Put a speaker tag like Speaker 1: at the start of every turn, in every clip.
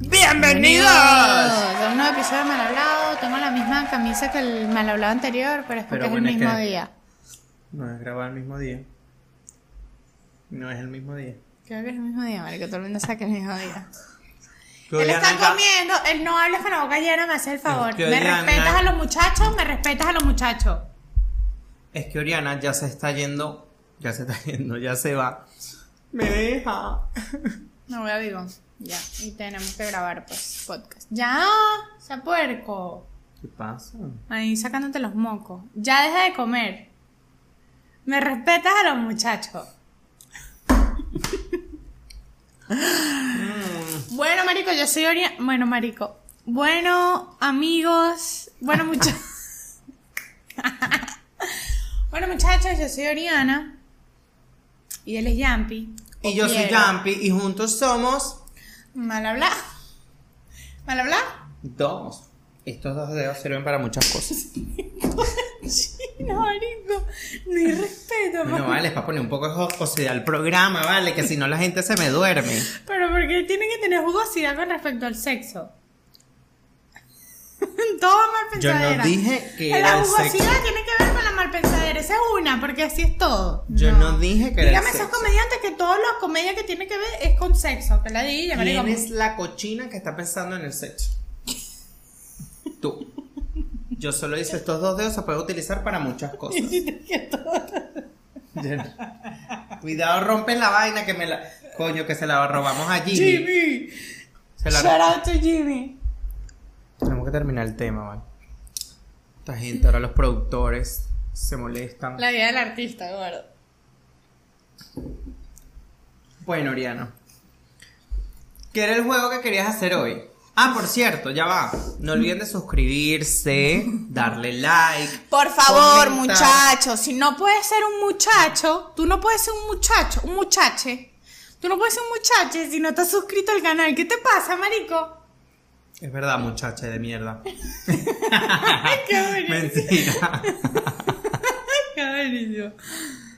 Speaker 1: ¡Bienvenidos!
Speaker 2: A un nuevo episodio de Mal Hablado. Tengo la misma camisa que el Mal Hablado anterior, pero es porque
Speaker 1: Pero bueno,
Speaker 2: es
Speaker 1: es
Speaker 2: el mismo
Speaker 1: que-
Speaker 2: día.
Speaker 1: No es grabado el mismo día. No es el mismo día.
Speaker 2: Creo que es el mismo día, Mario, que todo el mundo sabe que es el mismo día. Él
Speaker 1: Claudia
Speaker 2: está
Speaker 1: Blanca-
Speaker 2: comiendo, él no hables con la boca llena, me hace el favor.
Speaker 1: Es que
Speaker 2: Me
Speaker 1: Diana-
Speaker 2: respetas a los muchachos, me respetas a los muchachos.
Speaker 1: Es que Oriana ya se está yendo. Ya se está yendo, ya se va. Me deja.
Speaker 2: No voy a vivo. Ya, y tenemos que grabar, pues, podcast. Ya, sea puerco.
Speaker 1: ¿Qué pasa?
Speaker 2: Ahí sacándote los mocos. Ya deja de comer. Me respetas a los muchachos.
Speaker 1: Mm.
Speaker 2: bueno, marico, yo soy Oriana. Bueno, marico. Bueno, amigos. Bueno, muchachos. bueno, muchachos, yo soy Oriana. Y él es Yampi.
Speaker 1: Y
Speaker 2: O
Speaker 1: yo soy
Speaker 2: Piero.
Speaker 1: Yampi y juntos somos
Speaker 2: Mal habla. Mal habla.
Speaker 1: dos. Estos dos dedos sirven para muchas cosas.
Speaker 2: Chino, marico. Ni respeto,
Speaker 1: Bueno,
Speaker 2: marico.
Speaker 1: vale, es para poner un poco de jocosidad al programa, vale, que si no la gente se me duerme.
Speaker 2: Pero porque tiene que tener jugosidad con respecto al sexo. Todo mal
Speaker 1: Yo no
Speaker 2: pensadera.
Speaker 1: dije que
Speaker 2: la
Speaker 1: era el
Speaker 2: jugosidad
Speaker 1: sexo.
Speaker 2: tiene que ver con la mal pensadera. Esa es una, porque así es todo.
Speaker 1: Yo no, dije que era el
Speaker 2: Dígame esos
Speaker 1: sexo.
Speaker 2: comediantes que toda la comedia que tiene que ver es con sexo. Que la diga, marico.
Speaker 1: ¿Quién es la cochina que está pensando en el sexo? Tú. Yo solo hice estos dos dedos, se puede utilizar para muchas cosas. Cuidado, rompes la vaina que me la. Coño, que se la robamos a Jimmy.
Speaker 2: Jimmy.
Speaker 1: Se la-
Speaker 2: Shout out to Jimmy.
Speaker 1: Tenemos que terminar el tema, ¿vale? Esta gente, ahora los productores se molestan.
Speaker 2: La vida del artista, gordo.
Speaker 1: Bueno, Oriana. ¿Qué era el juego que querías hacer hoy? Ah, por cierto, ya va. No olviden de suscribirse, darle like.
Speaker 2: Por favor,
Speaker 1: Comenta.
Speaker 2: muchachos, si no puedes ser un muchacho, tú no puedes ser un muchacho, un muchache. Tú no puedes ser un muchache si no estás suscrito al canal. ¿Qué te pasa, marico?
Speaker 1: Es verdad, muchacha de mierda.
Speaker 2: Ay, qué buenísimo.
Speaker 1: Mentira.
Speaker 2: qué buenísimo.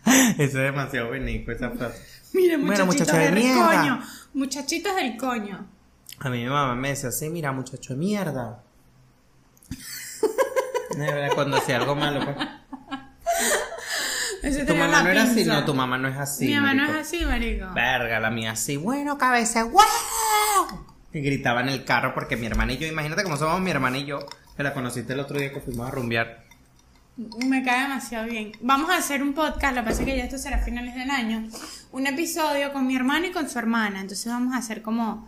Speaker 1: Eso es demasiado bonito, esa frase.
Speaker 2: Mira,
Speaker 1: Bueno,
Speaker 2: muchachitos
Speaker 1: muchacho de
Speaker 2: del
Speaker 1: mierda.
Speaker 2: coño. Muchachitos del coño.
Speaker 1: A mí mi mamá me decía así, mira, muchacho de mierda. De verdad, Cuando hacía algo malo, pues.
Speaker 2: Eso
Speaker 1: Tu
Speaker 2: tenía
Speaker 1: mamá
Speaker 2: una
Speaker 1: no era así,
Speaker 2: pinza.
Speaker 1: no, tu mamá no es así.
Speaker 2: Mi mamá no es
Speaker 1: marico.
Speaker 2: así, marico.
Speaker 1: Verga, la mía así, bueno, cabeza, wow. Y gritaba en el carro porque mi hermana y yo, imagínate cómo somos mi hermana y yo, que la conociste el otro día que fuimos a rumbear.
Speaker 2: Me cae demasiado bien. Vamos a hacer un podcast, lo que pasa es que ya esto será a finales del año. Un episodio con mi hermano y con su hermana. Entonces vamos a hacer como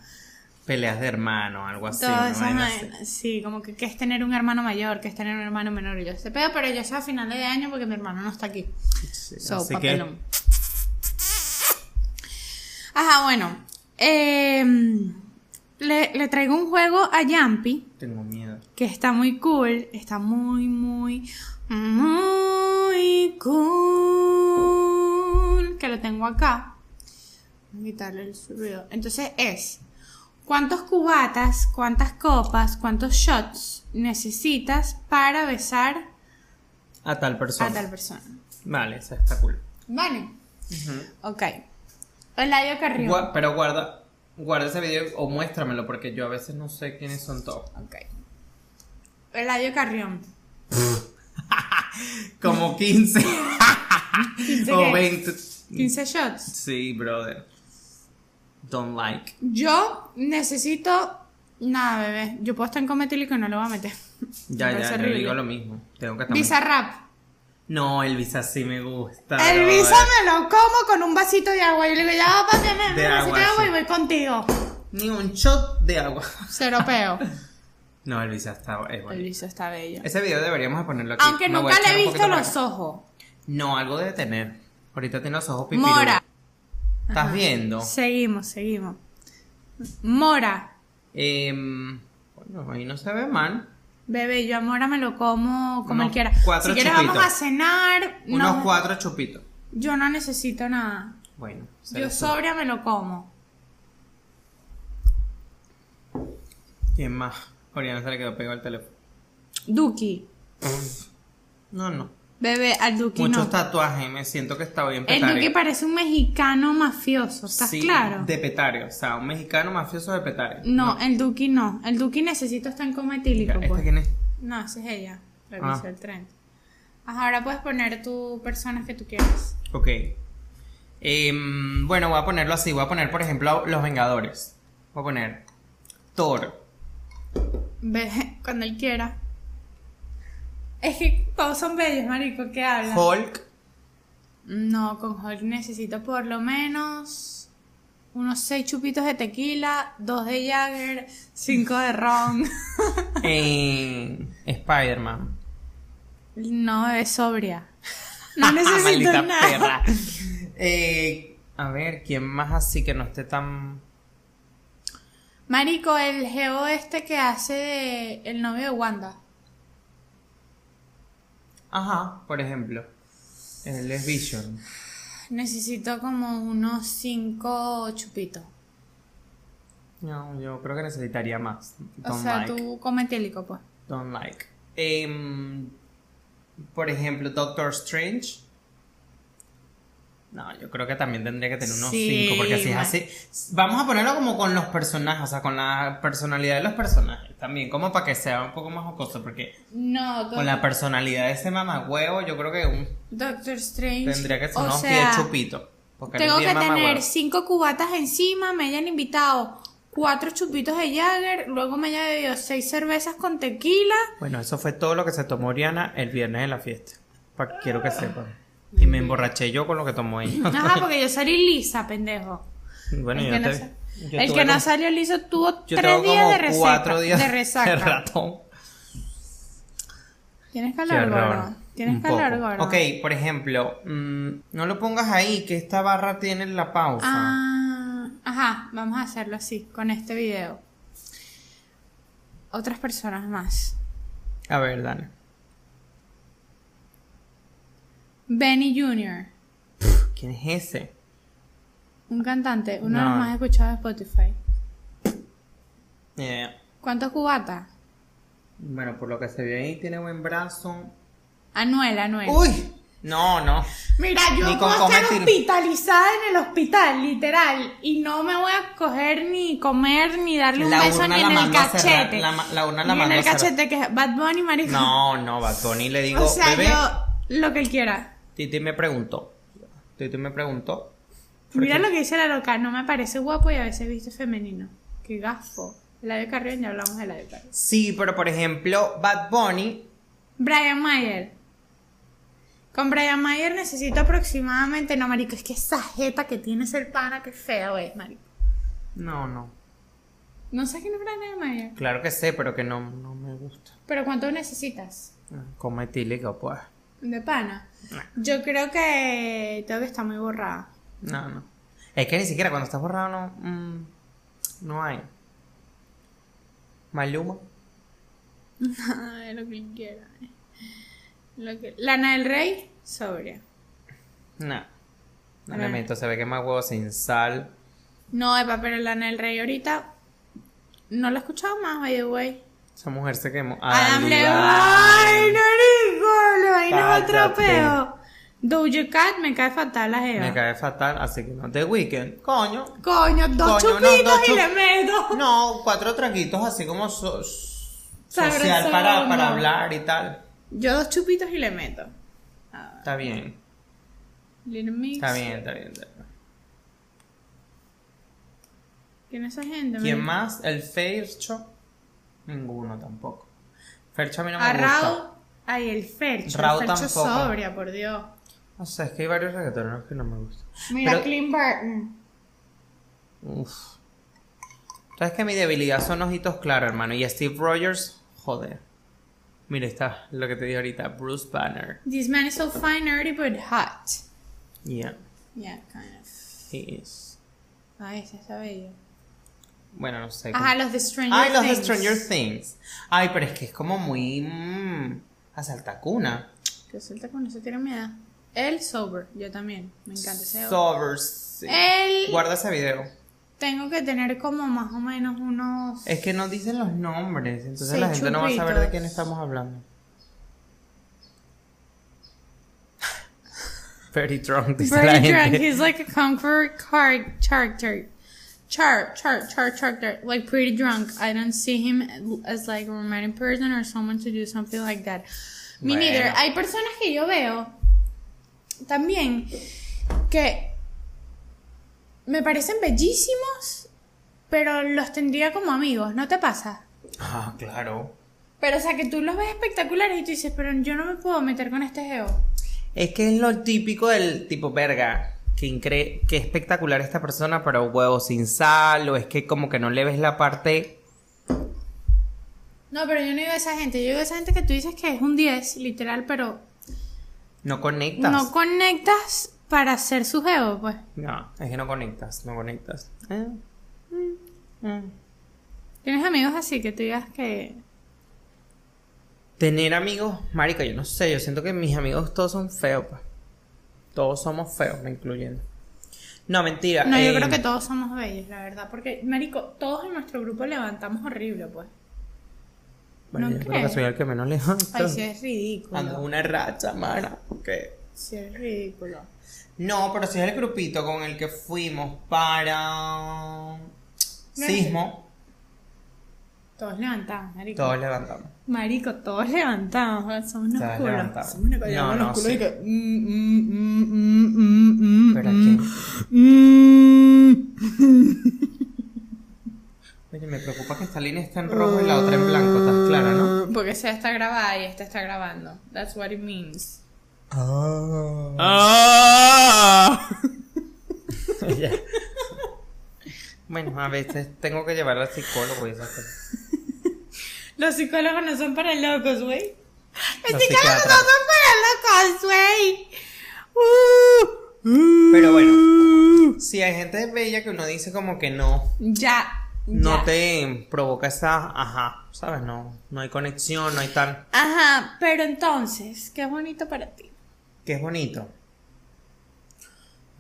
Speaker 1: Peleas de hermano, algo así.
Speaker 2: Todas
Speaker 1: una
Speaker 2: esas
Speaker 1: vaina así.
Speaker 2: vainas, sí, como que, que es tener un hermano mayor, que es tener un hermano menor y yo este pedo, pero ya sea a finales de año porque mi hermano no está aquí.
Speaker 1: Sí,
Speaker 2: So,
Speaker 1: así que-
Speaker 2: papelón. Ajá, bueno. eh, le, le traigo un juego a Yampi
Speaker 1: Tengo miedo.
Speaker 2: que está muy cool, está muy, muy, muy cool, que lo tengo acá. Voy a quitarle el ruido. Entonces es, ¿cuántos cubatas, cuántas copas, cuántos shots necesitas para besar
Speaker 1: A tal persona.
Speaker 2: a tal persona?
Speaker 1: Vale, esa está cool.
Speaker 2: Vale. Ok. Eladio Carrión.
Speaker 1: Gua- pero guarda, guarda ese video o muéstramelo porque yo a veces no sé quiénes son todos.
Speaker 2: Ok. Eladio Carrión.
Speaker 1: Como 15 o
Speaker 2: qué?
Speaker 1: 20.
Speaker 2: 15 shots.
Speaker 1: Sí, brother. Don't like.
Speaker 2: Yo necesito. Nada, bebé. Yo puedo estar en cometílico y no lo voy a meter.
Speaker 1: Ya, ya,
Speaker 2: Me parece
Speaker 1: yo
Speaker 2: horrible.
Speaker 1: digo lo mismo. Tengo que estar-
Speaker 2: Bizarrap.
Speaker 1: No, el visa sí me gusta.
Speaker 2: El
Speaker 1: brother.
Speaker 2: visa me lo como con un vasito de agua. Yo le digo, ya va papi, me
Speaker 1: De
Speaker 2: me un
Speaker 1: agua,
Speaker 2: vasito de agua
Speaker 1: sí.
Speaker 2: y voy contigo.
Speaker 1: Ni un shot de agua.
Speaker 2: Cero peo.
Speaker 1: No, el visa está es
Speaker 2: El
Speaker 1: bueno.
Speaker 2: visa está bello.
Speaker 1: Ese video deberíamos de ponerlo aquí.
Speaker 2: Aunque
Speaker 1: Me voy a
Speaker 2: nunca
Speaker 1: echar un
Speaker 2: le he visto
Speaker 1: poquito para
Speaker 2: los
Speaker 1: acá.
Speaker 2: ojos.
Speaker 1: No, algo debe tener. Ahorita tiene los ojos pipirudos.
Speaker 2: Mora.
Speaker 1: ¿Estás
Speaker 2: Ajá.
Speaker 1: viendo?
Speaker 2: Seguimos, seguimos. Mora.
Speaker 1: Em, bueno, ahí no se ve mal.
Speaker 2: Bebé, yo a Mora me lo como como él
Speaker 1: Unos
Speaker 2: quiera.
Speaker 1: cuatro
Speaker 2: si quieres vamos
Speaker 1: chupitos.
Speaker 2: a cenar. No,
Speaker 1: Unos cuatro chupitos.
Speaker 2: Yo no necesito nada.
Speaker 1: Bueno, se
Speaker 2: Yo
Speaker 1: les-
Speaker 2: sobria me lo como.
Speaker 1: ¿Quién más? Oriana se le quedó pegado al teléfono.
Speaker 2: Duki.
Speaker 1: No, no.
Speaker 2: Bebé, al Duki
Speaker 1: Muchos
Speaker 2: no.
Speaker 1: tatuajes, me siento que está bien
Speaker 2: El Duki
Speaker 1: petario.
Speaker 2: parece un mexicano mafioso, ¿estás
Speaker 1: Sí,
Speaker 2: claro?
Speaker 1: De petario, o sea, un mexicano mafioso de petario.
Speaker 2: No, el Duki no. El Duki necesito estar en coma etílico,
Speaker 1: Mira, ¿Esta
Speaker 2: pues.
Speaker 1: quién es?
Speaker 2: No, esa es ella, la que
Speaker 1: Ah.
Speaker 2: hizo el tren. Ajá, ahora puedes poner tus personas que tú quieras.
Speaker 1: Ok. Em, bueno, voy a ponerlo así. Voy a poner, por ejemplo, Los Vengadores. Voy a poner Thor.
Speaker 2: Ve, cuando él quiera. Es que todos son bellos, marico, ¿qué habla?
Speaker 1: Hulk.
Speaker 2: No, con Hulk necesito por lo menos unos seis chupitos de tequila, dos de Jagger, cinco de ron.
Speaker 1: em, Spider-Man.
Speaker 2: No, es sobria. No necesito
Speaker 1: Ah, Maldita
Speaker 2: nada.
Speaker 1: perra. Eh, a ver, ¿quién más así que no esté tan.
Speaker 2: Marico, el geo este que hace de el novio de Wanda.
Speaker 1: Ajá, por ejemplo. Él es Vision.
Speaker 2: Necesito como unos cinco chupitos.
Speaker 1: No, yo creo que necesitaría más.
Speaker 2: O
Speaker 1: Don't
Speaker 2: sea,
Speaker 1: like.
Speaker 2: tú come etílico, pues.
Speaker 1: Don't like. Em, por ejemplo, Doctor Strange. No, yo creo que también tendría que tener unos
Speaker 2: Sí,
Speaker 1: cinco, porque si es
Speaker 2: ma-
Speaker 1: así. Vamos a ponerlo como con los personajes, o sea, con la personalidad de los personajes también, como para que sea un poco más jocoso, porque
Speaker 2: No, Doc-
Speaker 1: con la personalidad de ese mamagüevo, yo creo que un-
Speaker 2: Doctor Strange.
Speaker 1: tendría que ser
Speaker 2: o
Speaker 1: unos
Speaker 2: sea,
Speaker 1: 10 chupitos. Porque él es
Speaker 2: Tengo
Speaker 1: bien
Speaker 2: que tener
Speaker 1: mamagüevo.
Speaker 2: cinco cubatas encima, me hayan invitado cuatro chupitos de Jagger, luego me haya bebido seis cervezas con tequila.
Speaker 1: Bueno, eso fue todo lo que se tomó Oriana el viernes de la fiesta. Pa- quiero que sepan. Y me emborraché yo con lo que tomó ella.
Speaker 2: Ajá, porque yo salí lisa, pendejo.
Speaker 1: Bueno,
Speaker 2: el
Speaker 1: yo
Speaker 2: que, no,
Speaker 1: te-
Speaker 2: sa-
Speaker 1: yo
Speaker 2: el
Speaker 1: tuve
Speaker 2: que no
Speaker 1: como-
Speaker 2: salió liso tuvo
Speaker 1: yo
Speaker 2: tres
Speaker 1: tengo
Speaker 2: días
Speaker 1: como
Speaker 2: de resaca.
Speaker 1: cuatro días
Speaker 2: de resaca.
Speaker 1: ratón.
Speaker 2: Tienes
Speaker 1: Qué
Speaker 2: calor,
Speaker 1: horror.
Speaker 2: gordo. Tienes
Speaker 1: Un poco.
Speaker 2: calor, gordo.
Speaker 1: Ok, por ejemplo, mm, no lo pongas ahí, que esta barra tiene la pausa.
Speaker 2: Ah, ajá, vamos a hacerlo así, con este video. Otras personas más.
Speaker 1: A ver, dale.
Speaker 2: Benny Jr.,
Speaker 1: ¿Quién es ese?
Speaker 2: un cantante, uno de
Speaker 1: No.
Speaker 2: los más escuchados de Spotify.
Speaker 1: Ni idea.
Speaker 2: ¿Cuántos cubatas?
Speaker 1: Eh, Bueno, por lo que se ve ahí, tiene buen brazo.
Speaker 2: Anuel, Anuel.
Speaker 1: ¡Uy! No, no.
Speaker 2: Mira, yo
Speaker 1: Ni con
Speaker 2: puedo estar
Speaker 1: comer tiro.
Speaker 2: hospitalizada en el hospital, literal, y no me voy a coger ni comer ni darle un
Speaker 1: La
Speaker 2: beso
Speaker 1: urna
Speaker 2: ni
Speaker 1: la
Speaker 2: en el
Speaker 1: mandó a cerrar,
Speaker 2: cachete.
Speaker 1: la ma- la urna la
Speaker 2: ni en
Speaker 1: mandó
Speaker 2: el
Speaker 1: a cerrar.
Speaker 2: cachete que es Bad Bunny, marico.
Speaker 1: No, no, Bad Bunny le digo,
Speaker 2: o sea,
Speaker 1: bebé.
Speaker 2: yo lo que él quiera.
Speaker 1: Titi me preguntó. Titi me preguntó.
Speaker 2: Mira lo que dice la loca, no me parece guapo y a veces viste femenino. Qué gafo. Eladio Carrión, ya hablamos de Eladio Carrión.
Speaker 1: Sí, pero por ejemplo, Bad Bunny
Speaker 2: Brian Mayer. Con Brian Mayer necesito aproximadamente, no, marico, es que esa jeta que tiene ese pana, qué feo es, marico.
Speaker 1: No, no.
Speaker 2: No sé quién es Brian Mayer,
Speaker 1: Claro que sé, pero que no, no me gusta.
Speaker 2: pero ¿cuánto necesitas
Speaker 1: Ah, Como etílico, pues.
Speaker 2: de pana? Yo creo que tengo que estar muy borrada.
Speaker 1: No, no. Es que ni siquiera cuando estás borrado no. mm, no hay. Maluma.
Speaker 2: Ay, lo que quiera. eh. Lo que- Lana del Rey, sobria.
Speaker 1: No. No
Speaker 2: Ah.
Speaker 1: me meto, se ve que más huevo sin sal.
Speaker 2: No, epa, pero Lana del Rey ahorita no la he escuchado más, by the way.
Speaker 1: Esa mujer se quemó.
Speaker 2: Adam
Speaker 1: Ay,
Speaker 2: Levine,
Speaker 1: ay.
Speaker 2: marico, ahí no es otro
Speaker 1: Cállate.
Speaker 2: peo. Doja Cat me cae fatal la jeva.
Speaker 1: Me cae fatal, así que no. The Weeknd, coño.
Speaker 2: Coño, dos
Speaker 1: Coño, no,
Speaker 2: chupitos
Speaker 1: dos
Speaker 2: y
Speaker 1: chup-
Speaker 2: le meto.
Speaker 1: No, cuatro traguitos así como so- social
Speaker 2: Sabrosón,
Speaker 1: para, para
Speaker 2: no.
Speaker 1: hablar y tal.
Speaker 2: Yo dos chupitos y le meto.
Speaker 1: Está bien,
Speaker 2: Little Mix.
Speaker 1: está bien, está bien. Está bien.
Speaker 2: ¿Quién es esa gente?
Speaker 1: ¿Quién
Speaker 2: marico?
Speaker 1: más? El Fercho. Ninguno tampoco. Fercho a mí no me
Speaker 2: A
Speaker 1: gusta.
Speaker 2: Raúl. Ay, el Fercho.
Speaker 1: Raúl
Speaker 2: el Fercho
Speaker 1: tampoco.
Speaker 2: sobria, por Dios.
Speaker 1: O sea, es que hay varios reggaetoneros que no me gustan.
Speaker 2: Mira,
Speaker 1: Pero-
Speaker 2: Clint Barton.
Speaker 1: Uf. Sabes que mi debilidad son ojitos claros, hermano. Y Steve Rogers, joder. Mira, está lo que te dije ahorita. Bruce Banner.
Speaker 2: This man is so fine, nerdy, but hot.
Speaker 1: Yeah,
Speaker 2: Yeah, kind of.
Speaker 1: he is.
Speaker 2: Ay, ese está bello.
Speaker 1: Bueno, no sé.
Speaker 2: Ajá, los de Stranger
Speaker 1: Ay, los de
Speaker 2: Things.
Speaker 1: Stranger Things. Ay, pero es que es como muy. Mmm, asaltacuna.
Speaker 2: Que suelta con eso tiene miedo. El sober, yo también. Me encanta ese
Speaker 1: Sober.
Speaker 2: sober.
Speaker 1: sí.
Speaker 2: El-
Speaker 1: Guarda ese video.
Speaker 2: Tengo que tener como más o menos unos.
Speaker 1: Es que no dicen los nombres, entonces
Speaker 2: Seis
Speaker 1: la gente no va a saber de
Speaker 2: chupitos.
Speaker 1: quién estamos hablando. Very drunk, dice la
Speaker 2: Very drunk.
Speaker 1: gente.
Speaker 2: He's like a comfort card character. Char, char, char, character. Like pretty drunk. I don't see him as like a romantic person or someone to do something like that. Me
Speaker 1: Bueno.
Speaker 2: neither. Hay personas que yo veo también que me parecen bellísimos, pero los tendría como amigos. ¿No te pasa?
Speaker 1: Ah, claro.
Speaker 2: Pero o sea que tú los ves espectaculares y tú dices, pero yo no me puedo meter con este geo.
Speaker 1: Es que es lo típico del tipo, verga, que incre que espectacular esta persona, pero huevo sin sal, o es que como que no le ves la parte...
Speaker 2: No, pero yo no digo a esa gente. Yo digo a esa gente que tú dices que es un 10, literal, pero
Speaker 1: No conectas.
Speaker 2: no conectas para ser su geo, pues.
Speaker 1: No, es que no conectas, no conectas.
Speaker 2: Ah.
Speaker 1: Eh, mm, mm.
Speaker 2: Tienes amigos así que tú digas que.
Speaker 1: Tener amigos, marica, yo no sé, yo siento que mis amigos todos son feos, pa. Todos somos feos, me incluyendo. No, mentira.
Speaker 2: No, yo
Speaker 1: eh,
Speaker 2: creo que todos somos bellos, la verdad. Porque, Marico, todos en nuestro grupo levantamos horrible, pues.
Speaker 1: bueno,
Speaker 2: no
Speaker 1: yo creo
Speaker 2: creo.
Speaker 1: que soy el que menos levanto.
Speaker 2: Ay, sí, es
Speaker 1: Ando en
Speaker 2: ridículo.
Speaker 1: una racha, mara, porque...
Speaker 2: Sí, es ridículo.
Speaker 1: No, pero si es el grupito con el que fuimos para sismo,
Speaker 2: Todos levantamos, Marico.
Speaker 1: todos levantamos.
Speaker 2: Marico, todos levantamos. joder, Somos unos
Speaker 1: Todos
Speaker 2: culos.
Speaker 1: levantamos.
Speaker 2: Somos una coña,
Speaker 1: No,
Speaker 2: unos
Speaker 1: no,
Speaker 2: culos
Speaker 1: sí.
Speaker 2: y que, mm, mm, mm, mm, mm,
Speaker 1: Pero
Speaker 2: mm,
Speaker 1: aquí,
Speaker 2: mm.
Speaker 1: oye, me preocupa que esta línea está en rojo y la otra en blanco, estás clara, ¿no?
Speaker 2: Porque esa está grabada y esta está grabando. That's what it means.
Speaker 1: Ah. Ya. Bueno, a veces tengo que llevarla al psicólogo y esas cosas.
Speaker 2: Los psicólogos no son para locos, güey. Los
Speaker 1: Los
Speaker 2: psicólogos no
Speaker 1: psiquiatras.
Speaker 2: son para locos, güey. Uh, uh.
Speaker 1: Pero bueno, si hay gente bella que uno dice como que no,
Speaker 2: Ya.
Speaker 1: no
Speaker 2: ya.
Speaker 1: te provoca esa, ajá, ¿sabes? No, no hay conexión, no hay tal,
Speaker 2: Ajá, pero entonces, qué bonito para ti.
Speaker 1: que es bonito.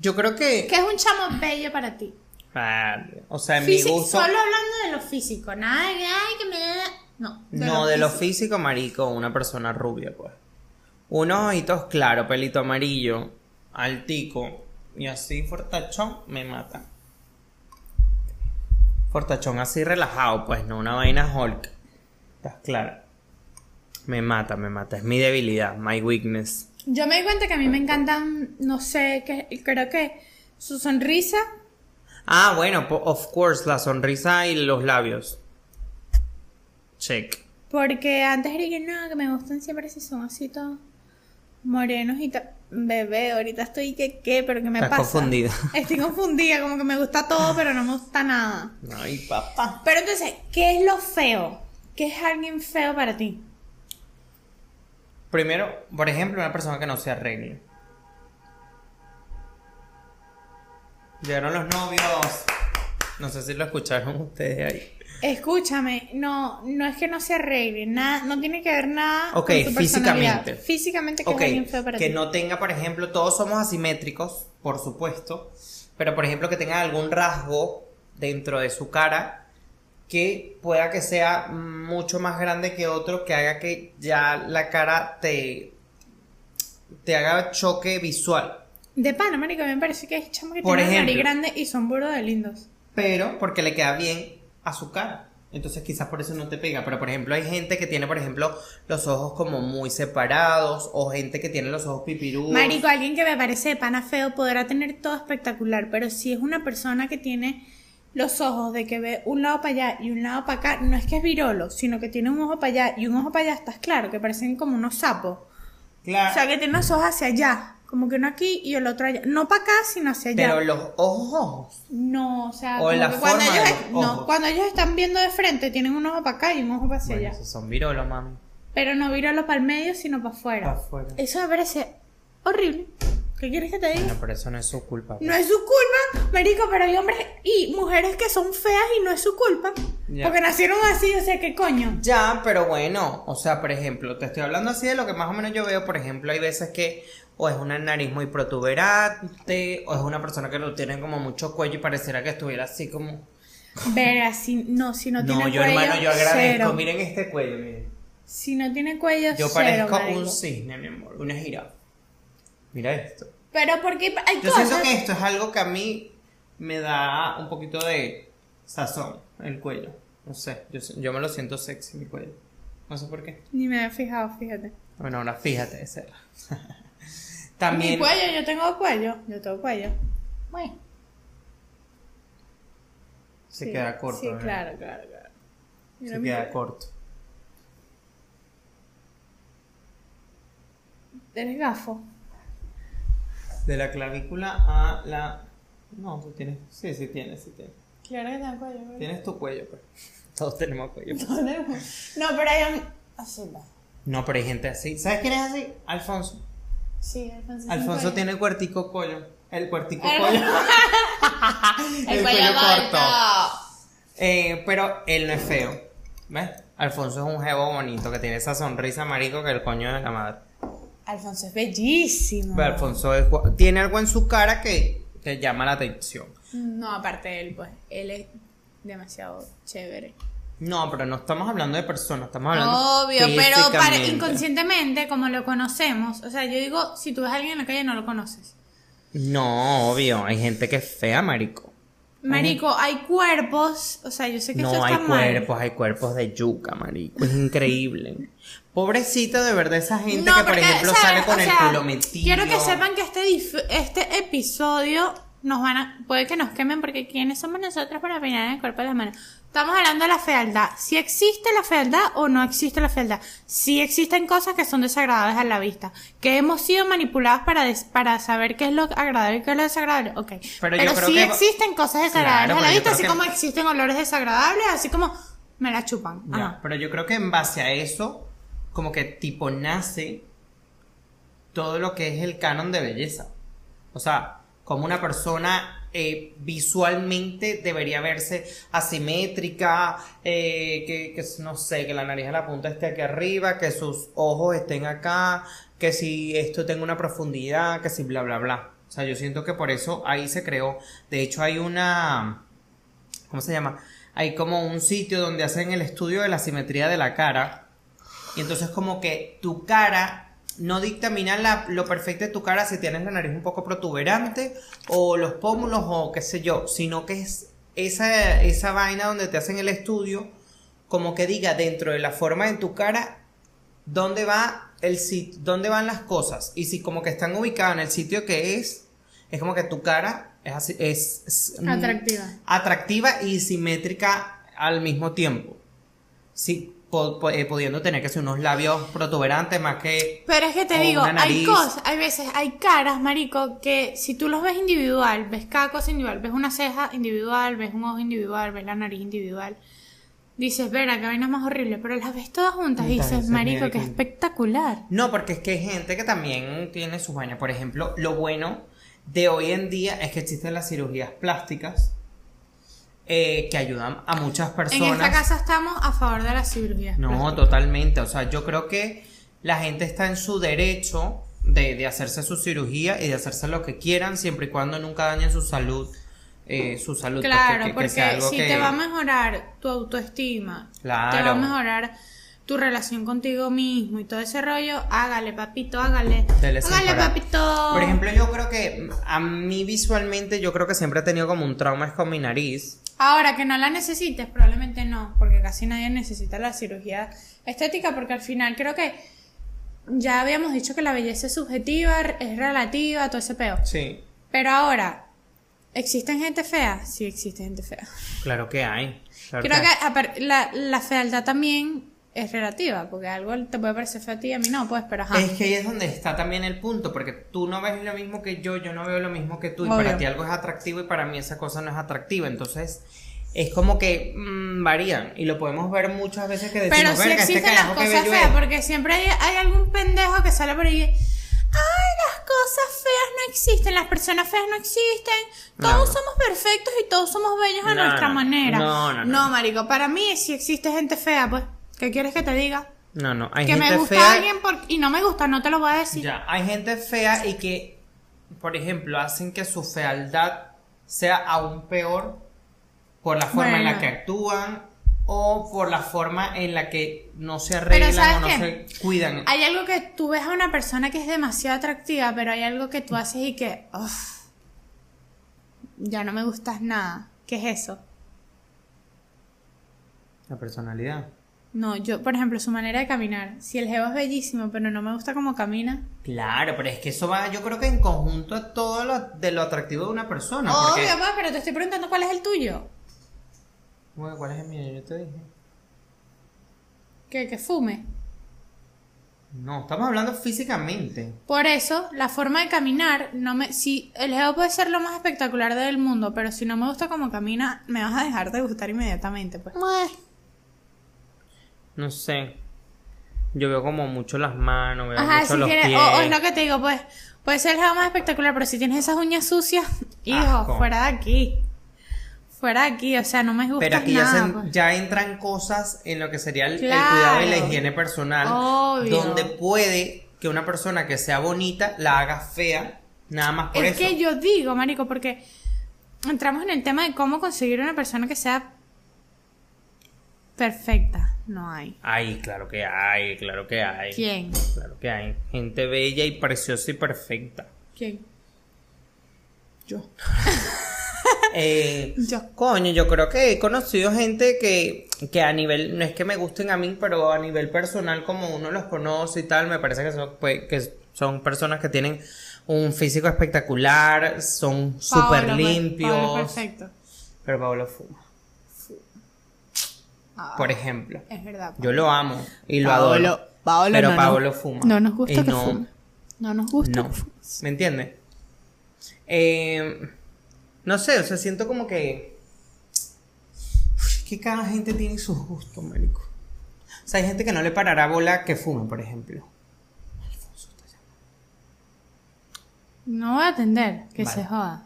Speaker 1: Yo creo que...
Speaker 2: ¿Qué es un chamo bello para ti?
Speaker 1: Vale, O sea, en mi
Speaker 2: Físico,
Speaker 1: gusto...
Speaker 2: solo hablando de lo físico, nada de que, ay, que me da- No,
Speaker 1: No, de lo físico, marico, una persona rubia, pues. Unos ojitos claros, pelito amarillo, altico y así fortachón, me mata. Fortachón así relajado, pues, no una vaina Hulk. Estás clara. Me mata, me mata. Es mi debilidad, my weakness.
Speaker 2: Yo me di cuenta que a mí me encantan, no sé, que, creo que su sonrisa.
Speaker 1: Ah, bueno, po- of course, la sonrisa y los labios. Check.
Speaker 2: Porque antes era que no, que me gustan siempre si son así todos morenos y tal. Bebé, ahorita estoy que qué, pero que me
Speaker 1: Estás
Speaker 2: pasa.
Speaker 1: confundida.
Speaker 2: Estoy confundida, como que me gusta todo, pero no me gusta nada.
Speaker 1: Ay, papá.
Speaker 2: Pero entonces, ¿qué es lo feo? ¿Qué es alguien feo para ti?
Speaker 1: Primero, por ejemplo, una persona que no se arregle. Llegaron los novios. No sé si lo escucharon ustedes ahí.
Speaker 2: Escúchame, no, no es que no se arregle, nada, no tiene que ver nada
Speaker 1: Ok,
Speaker 2: con tu personalidad.
Speaker 1: físicamente.
Speaker 2: Físicamente, ¿qué
Speaker 1: Ok,
Speaker 2: es alguien feo para
Speaker 1: que
Speaker 2: ti?
Speaker 1: no tenga, por ejemplo, todos somos asimétricos, por supuesto, pero por ejemplo que tenga algún rasgo dentro de su cara que pueda que sea mucho más grande que otro, que haga que ya la cara te, te haga choque visual.
Speaker 2: De pana, marico, me parece que es chamo que
Speaker 1: Por
Speaker 2: tiene nariz
Speaker 1: ejemplo.
Speaker 2: grande y son burdos de lindos.
Speaker 1: pero porque le queda bien a su cara. Entonces quizás por eso no te pega. Pero por ejemplo hay gente que tiene, por ejemplo, los ojos como muy separados o gente que tiene los ojos pipirú.
Speaker 2: Marico, alguien que me parece de pana feo podrá tener todo espectacular, pero si es una persona que tiene los ojos de que ve un lado para allá y un lado para acá, no es que es virolo, sino que tiene un ojo para allá y un ojo para allá, estás claro, que parecen como unos sapos.
Speaker 1: Claro.
Speaker 2: O sea, que tiene los ojos hacia allá, como que uno aquí y el otro allá. No para acá, sino hacia allá.
Speaker 1: pero los ojos.
Speaker 2: No, o sea,
Speaker 1: O
Speaker 2: como
Speaker 1: la
Speaker 2: que cuando,
Speaker 1: forma de
Speaker 2: ellos,
Speaker 1: los
Speaker 2: no,
Speaker 1: ojos.
Speaker 2: cuando ellos están viendo de frente, tienen un ojo para acá y un ojo para hacia
Speaker 1: Bueno,
Speaker 2: allá.
Speaker 1: esos son virolos, mami.
Speaker 2: Pero no virolo para el medio, sino para afuera.
Speaker 1: Pa' afuera.
Speaker 2: Eso me parece horrible. ¿Qué quieres que te diga?
Speaker 1: Bueno, pero eso no es su culpa. pues.
Speaker 2: No es su culpa, marico, pero hay hombres y mujeres que son feas y no es su culpa.
Speaker 1: Ya.
Speaker 2: Porque nacieron así, o sea, ¿qué coño?
Speaker 1: Ya, pero bueno, o sea, por ejemplo, te estoy hablando así de lo que más o menos yo veo, por ejemplo, hay veces que o es una nariz muy protuberante, o es una persona que lo tiene como mucho cuello y pareciera que estuviera así como...
Speaker 2: Verga, si no, si no, tiene
Speaker 1: yo
Speaker 2: cuello,
Speaker 1: hermano, yo agradezco,
Speaker 2: cero.
Speaker 1: miren este cuello, miren.
Speaker 2: Si no tiene cuello,
Speaker 1: Yo
Speaker 2: cero,
Speaker 1: parezco
Speaker 2: marico.
Speaker 1: un cisne, mi amor, una jirafa. Mira esto.
Speaker 2: Pero porque hay
Speaker 1: Yo
Speaker 2: cosas.
Speaker 1: siento que esto es algo que a mí me da un poquito de sazón el cuello. No sé, yo, se- yo me lo siento sexy mi cuello. No sé por qué.
Speaker 2: Ni me había fijado, fíjate.
Speaker 1: Bueno, ahora fíjate, Sara.
Speaker 2: Mi
Speaker 1: También.
Speaker 2: cuello, yo tengo cuello. Yo tengo cuello. Bueno.
Speaker 1: Se
Speaker 2: sí,
Speaker 1: queda corto.
Speaker 2: Sí,
Speaker 1: ¿verdad?
Speaker 2: claro, claro, claro. Mira
Speaker 1: Se
Speaker 2: mi
Speaker 1: queda
Speaker 2: cuello.
Speaker 1: corto.
Speaker 2: Eres gafo.
Speaker 1: De la clavícula a la. No, tú tienes. Sí, sí tienes, sí tienes.
Speaker 2: Claro que tengo cuello. ¿verdad?
Speaker 1: Tienes tu cuello, pues. Todos tenemos cuello.
Speaker 2: No, pero hay un... Así va.
Speaker 1: No, pero hay gente así. ¿Sabes quién es así? Alfonso.
Speaker 2: Sí, Alfonso. tiene
Speaker 1: Alfonso
Speaker 2: cuello.
Speaker 1: tiene el cuartico collo. El cuartico
Speaker 2: El-
Speaker 1: collo.
Speaker 2: El cuello corto.
Speaker 1: Eh, pero él no es feo. ¿Ves? Alfonso es un jevo bonito que tiene esa sonrisa marico que el coño de la madre.
Speaker 2: Alfonso es bellísimo.
Speaker 1: Pero Alfonso es gu- tiene algo en su cara que te llama la atención.
Speaker 2: No, aparte de él, pues. Él es demasiado chévere.
Speaker 1: No, pero no estamos hablando de personas, estamos hablando
Speaker 2: Obvio, pero para,
Speaker 1: físicamente.
Speaker 2: inconscientemente, como lo conocemos, o sea, yo digo, si tú ves a alguien en la calle, no lo conoces.
Speaker 1: No, obvio, hay gente que es fea, marico.
Speaker 2: Marico, hay cuerpos, o sea, yo sé que
Speaker 1: No
Speaker 2: esto
Speaker 1: hay
Speaker 2: está mal.
Speaker 1: cuerpos, hay cuerpos de yuca, marico. Es increíble. Pobrecita de verdad esa gente
Speaker 2: No,
Speaker 1: que, por
Speaker 2: porque,
Speaker 1: ejemplo,
Speaker 2: ¿sabes?
Speaker 1: sale con
Speaker 2: O
Speaker 1: el
Speaker 2: sea,
Speaker 1: culo metido.
Speaker 2: Quiero que sepan que este, dif- este episodio nos van a. Puede que nos quemen, porque ¿quiénes somos nosotros para peinar el cuerpo de las manos? Estamos hablando de la fealdad. Si existe la fealdad o no existe la fealdad. Si existen cosas que son desagradables a la vista. Que hemos sido manipulados para, des- para saber qué es lo agradable y qué es lo desagradable. Ok.
Speaker 1: Pero
Speaker 2: Pero,
Speaker 1: yo creo
Speaker 2: sí
Speaker 1: que-
Speaker 2: existen cosas desagradables
Speaker 1: Claro,
Speaker 2: a la
Speaker 1: pero yo
Speaker 2: vista,
Speaker 1: creo
Speaker 2: así
Speaker 1: que-
Speaker 2: como existen olores desagradables, así como me la chupan.
Speaker 1: Ya,
Speaker 2: Ajá.
Speaker 1: pero yo creo que en base a eso, como que tipo nace todo lo que es el canon de belleza. O sea, como una persona eh, visualmente debería verse asimétrica, eh, que, que no sé, que la nariz a la punta esté aquí arriba, que sus ojos estén acá, que si esto tenga una profundidad, que si bla, bla, bla. O sea, yo siento que por eso ahí se creó. De hecho, hay una... ¿cómo se llama? Hay como un sitio donde hacen el estudio de la simetría de la cara. Y entonces como que tu cara no dictamina la- lo perfecto de tu cara si tienes la nariz un poco protuberante o los pómulos o qué sé yo, sino que es esa, esa vaina donde te hacen el estudio como que diga dentro de la forma de tu cara dónde va el sit- dónde van las cosas y si como que están ubicadas en el sitio que es es como que tu cara es así es, es, mm,
Speaker 2: Atractiva.
Speaker 1: atractiva y simétrica al mismo tiempo. Sí, po- po- eh, pudiendo tener que ser unos labios protuberantes más que...
Speaker 2: Pero es que
Speaker 1: o
Speaker 2: te digo,
Speaker 1: una
Speaker 2: hay
Speaker 1: nariz.
Speaker 2: cosas, hay veces, hay caras, marico, que si tú los ves individual, ves cada cosa individual, ves una ceja individual, ves un ojo individual, ves la nariz individual, dices, verá, qué vainas más horribles, pero las ves todas juntas y
Speaker 1: Juntas,
Speaker 2: dices,
Speaker 1: dices,
Speaker 2: marico,
Speaker 1: marico.
Speaker 2: qué espectacular.
Speaker 1: No, porque es que hay gente que también tiene sus bañas. Por ejemplo, lo bueno de hoy en día es que existen las cirugías plásticas eh, que ayudan a muchas personas.
Speaker 2: En esta casa estamos a favor de la cirugía.
Speaker 1: No, totalmente. O sea, yo creo que la gente está en su derecho de, de hacerse su cirugía y de hacerse lo que quieran, siempre y cuando nunca dañen su salud. eh, su salud pues, que-
Speaker 2: Claro,
Speaker 1: que- que
Speaker 2: porque
Speaker 1: sea algo
Speaker 2: si
Speaker 1: que-
Speaker 2: te va a mejorar tu autoestima, te va a
Speaker 1: Claro.
Speaker 2: mejorar tu relación contigo mismo y todo ese rollo, hágale, papito, hágale.
Speaker 1: Dele sin
Speaker 2: Hágale,
Speaker 1: parar.
Speaker 2: papito.
Speaker 1: Por ejemplo, yo creo que a mí visualmente, yo creo que siempre he tenido como un trauma es con mi nariz.
Speaker 2: Ahora, que no la necesites, probablemente no, porque casi nadie necesita la cirugía estética, porque al final creo que ya habíamos dicho que la belleza es subjetiva, es relativa, todo ese peo.
Speaker 1: Sí.
Speaker 2: Pero ahora, ¿existen gente fea? Sí, existe gente fea.
Speaker 1: Claro que hay. claro
Speaker 2: Creo
Speaker 1: que
Speaker 2: que
Speaker 1: hay.
Speaker 2: apar- la, la fealdad también es relativa, porque algo te puede parecer feo a ti y a mí no, pues, pero ajá.
Speaker 1: Es que ahí es donde está también el punto, porque tú no ves lo mismo que yo, yo no veo lo mismo que tú, y
Speaker 2: Obvio.
Speaker 1: para ti algo es atractivo y para mí esa cosa no es atractiva. Entonces, es como que mm, varían, y lo podemos ver muchas veces que decimos,
Speaker 2: Pero sí
Speaker 1: "Verga, este
Speaker 2: existen las
Speaker 1: carajo qué
Speaker 2: cosas
Speaker 1: bello es".
Speaker 2: feas, porque siempre hay, hay algún pendejo que sale por ahí. y, Ay, las cosas feas no existen, las personas feas no existen,
Speaker 1: No,
Speaker 2: todos
Speaker 1: no.
Speaker 2: somos perfectos y todos somos bellos a
Speaker 1: No,
Speaker 2: nuestra
Speaker 1: no,
Speaker 2: manera.
Speaker 1: no, no, no.
Speaker 2: marico, para mí si existe gente fea, pues, ¿qué quieres que te diga?
Speaker 1: No, no, hay
Speaker 2: Que
Speaker 1: gente
Speaker 2: me gusta
Speaker 1: fea.
Speaker 2: alguien por- y no me gusta, no te lo voy a decir.
Speaker 1: Ya, hay gente fea y que, por ejemplo, hacen que su fealdad sea aún peor por la forma en la
Speaker 2: Bueno.
Speaker 1: que actúan o por la forma en la que no se arreglan
Speaker 2: ¿sabes
Speaker 1: o no
Speaker 2: qué?
Speaker 1: se cuidan.
Speaker 2: Hay algo que tú ves a una persona que es demasiado atractiva, pero hay algo que tú haces y que, uff, ya no me gustas nada. ¿Qué es eso?
Speaker 1: La personalidad.
Speaker 2: No, yo, por ejemplo, su manera de caminar. Si el jevo es bellísimo, pero no me gusta cómo camina.
Speaker 1: Claro, pero es que eso va, yo creo que en conjunto a todo lo, de lo atractivo de una persona. porque-
Speaker 2: Obvio, pa, pero te estoy preguntando cuál es el tuyo.
Speaker 1: Bueno, ¿Cuál es el mío? Yo te dije.
Speaker 2: Que, que fume.
Speaker 1: No, estamos hablando físicamente.
Speaker 2: Por eso, la forma de caminar, no me, si el geo puede ser lo más espectacular del mundo, pero si no me gusta cómo camina, me vas a dejar de gustar inmediatamente, pues.
Speaker 1: No sé. Yo veo como mucho las manos, veo
Speaker 2: Ajá,
Speaker 1: mucho
Speaker 2: si
Speaker 1: los
Speaker 2: tienes,
Speaker 1: pies.
Speaker 2: o, o es lo que te digo, pues, puede ser el geo más espectacular, pero si tienes esas uñas sucias, hijo,
Speaker 1: Asco.
Speaker 2: fuera de aquí. Fuera de aquí, o sea, no me gusta
Speaker 1: Pero aquí ya,
Speaker 2: nada.
Speaker 1: se-
Speaker 2: pues.
Speaker 1: ya entran cosas en lo que sería el, el
Speaker 2: Claro.
Speaker 1: cuidado y la higiene personal.
Speaker 2: Obvio.
Speaker 1: Donde puede que una persona que sea bonita la haga fea, nada más por
Speaker 2: es
Speaker 1: eso.
Speaker 2: que yo digo, marico, porque entramos en el tema de cómo conseguir una persona que sea perfecta. No hay.
Speaker 1: Ay, claro que hay, claro que hay.
Speaker 2: ¿Quién?
Speaker 1: Claro que hay. Gente bella y preciosa y perfecta.
Speaker 2: ¿Quién? Yo.
Speaker 1: Eh,
Speaker 2: Yo.
Speaker 1: Coño, yo creo que he conocido gente que, que a nivel, no es que me gusten a mí, pero a nivel personal, como uno los conoce y tal, me parece que son, pues, que son personas que tienen un físico espectacular, son súper limpios.
Speaker 2: pues, perfecto.
Speaker 1: Pero Pablo fuma,
Speaker 2: Ah,
Speaker 1: por ejemplo.
Speaker 2: es verdad. pues.
Speaker 1: Yo lo amo y lo
Speaker 2: Paolo-
Speaker 1: adoro.
Speaker 2: Paolo
Speaker 1: pero
Speaker 2: no, no.
Speaker 1: Pablo fuma.
Speaker 2: No nos gusta
Speaker 1: Y
Speaker 2: que
Speaker 1: eh, no-
Speaker 2: fume. No nos gusta.
Speaker 1: No.
Speaker 2: que fume.
Speaker 1: ¿Me entiendes? Eh, no sé, o sea, siento como que. Uf, que cada gente tiene sus gustos, marico. O sea, hay gente que no le parará bola que fume, por ejemplo.
Speaker 2: No voy a atender, que
Speaker 1: Vale.
Speaker 2: se joda.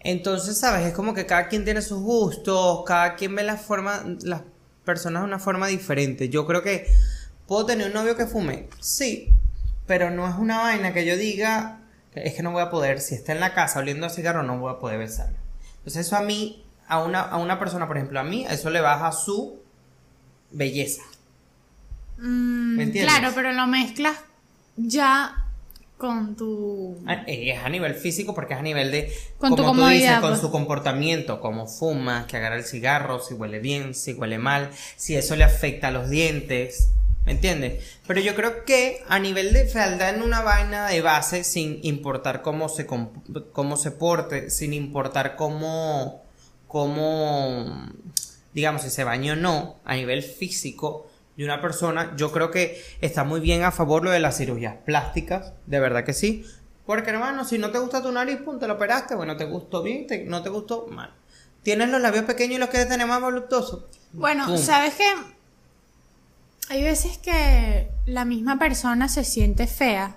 Speaker 1: Entonces, ¿sabes? Es como que cada quien tiene sus gustos, cada quien ve las formas, las personas de una forma diferente. Yo creo que puedo tener un novio que fume, sí, pero no es una vaina que yo diga, es que no voy a poder, si está en la casa oliendo a cigarro, no voy a poder besarlo. Entonces, eso a mí, a una, a una persona, por ejemplo, a mí, eso le baja su belleza.
Speaker 2: Mm,
Speaker 1: ¿Me entiendes?
Speaker 2: claro, pero lo mezclas ya con tu.
Speaker 1: Ah, eh, Es a nivel físico porque es a nivel de
Speaker 2: Con
Speaker 1: como
Speaker 2: tu
Speaker 1: tú
Speaker 2: comodidad,
Speaker 1: dices, con
Speaker 2: pues.
Speaker 1: su comportamiento, como fuma, que agarra el cigarro, si huele bien, si huele mal, si eso le afecta a los dientes, ¿me entiendes? Pero yo creo que a nivel de fealdad en una vaina de base, sin importar cómo se comp- cómo se porte, sin importar cómo cómo digamos si se bañó o no, a nivel físico de una persona, yo creo que está muy bien a favor lo de las cirugías plásticas, de verdad que sí. Porque hermano, si no te gusta tu nariz, pum, te lo operaste, bueno, te gustó bien, te- no te gustó mal. Tienes los labios pequeños y los quieres tener más voluptuosos.
Speaker 2: Bueno,
Speaker 1: Pum.
Speaker 2: ¿sabes qué? Hay veces que la misma persona se siente fea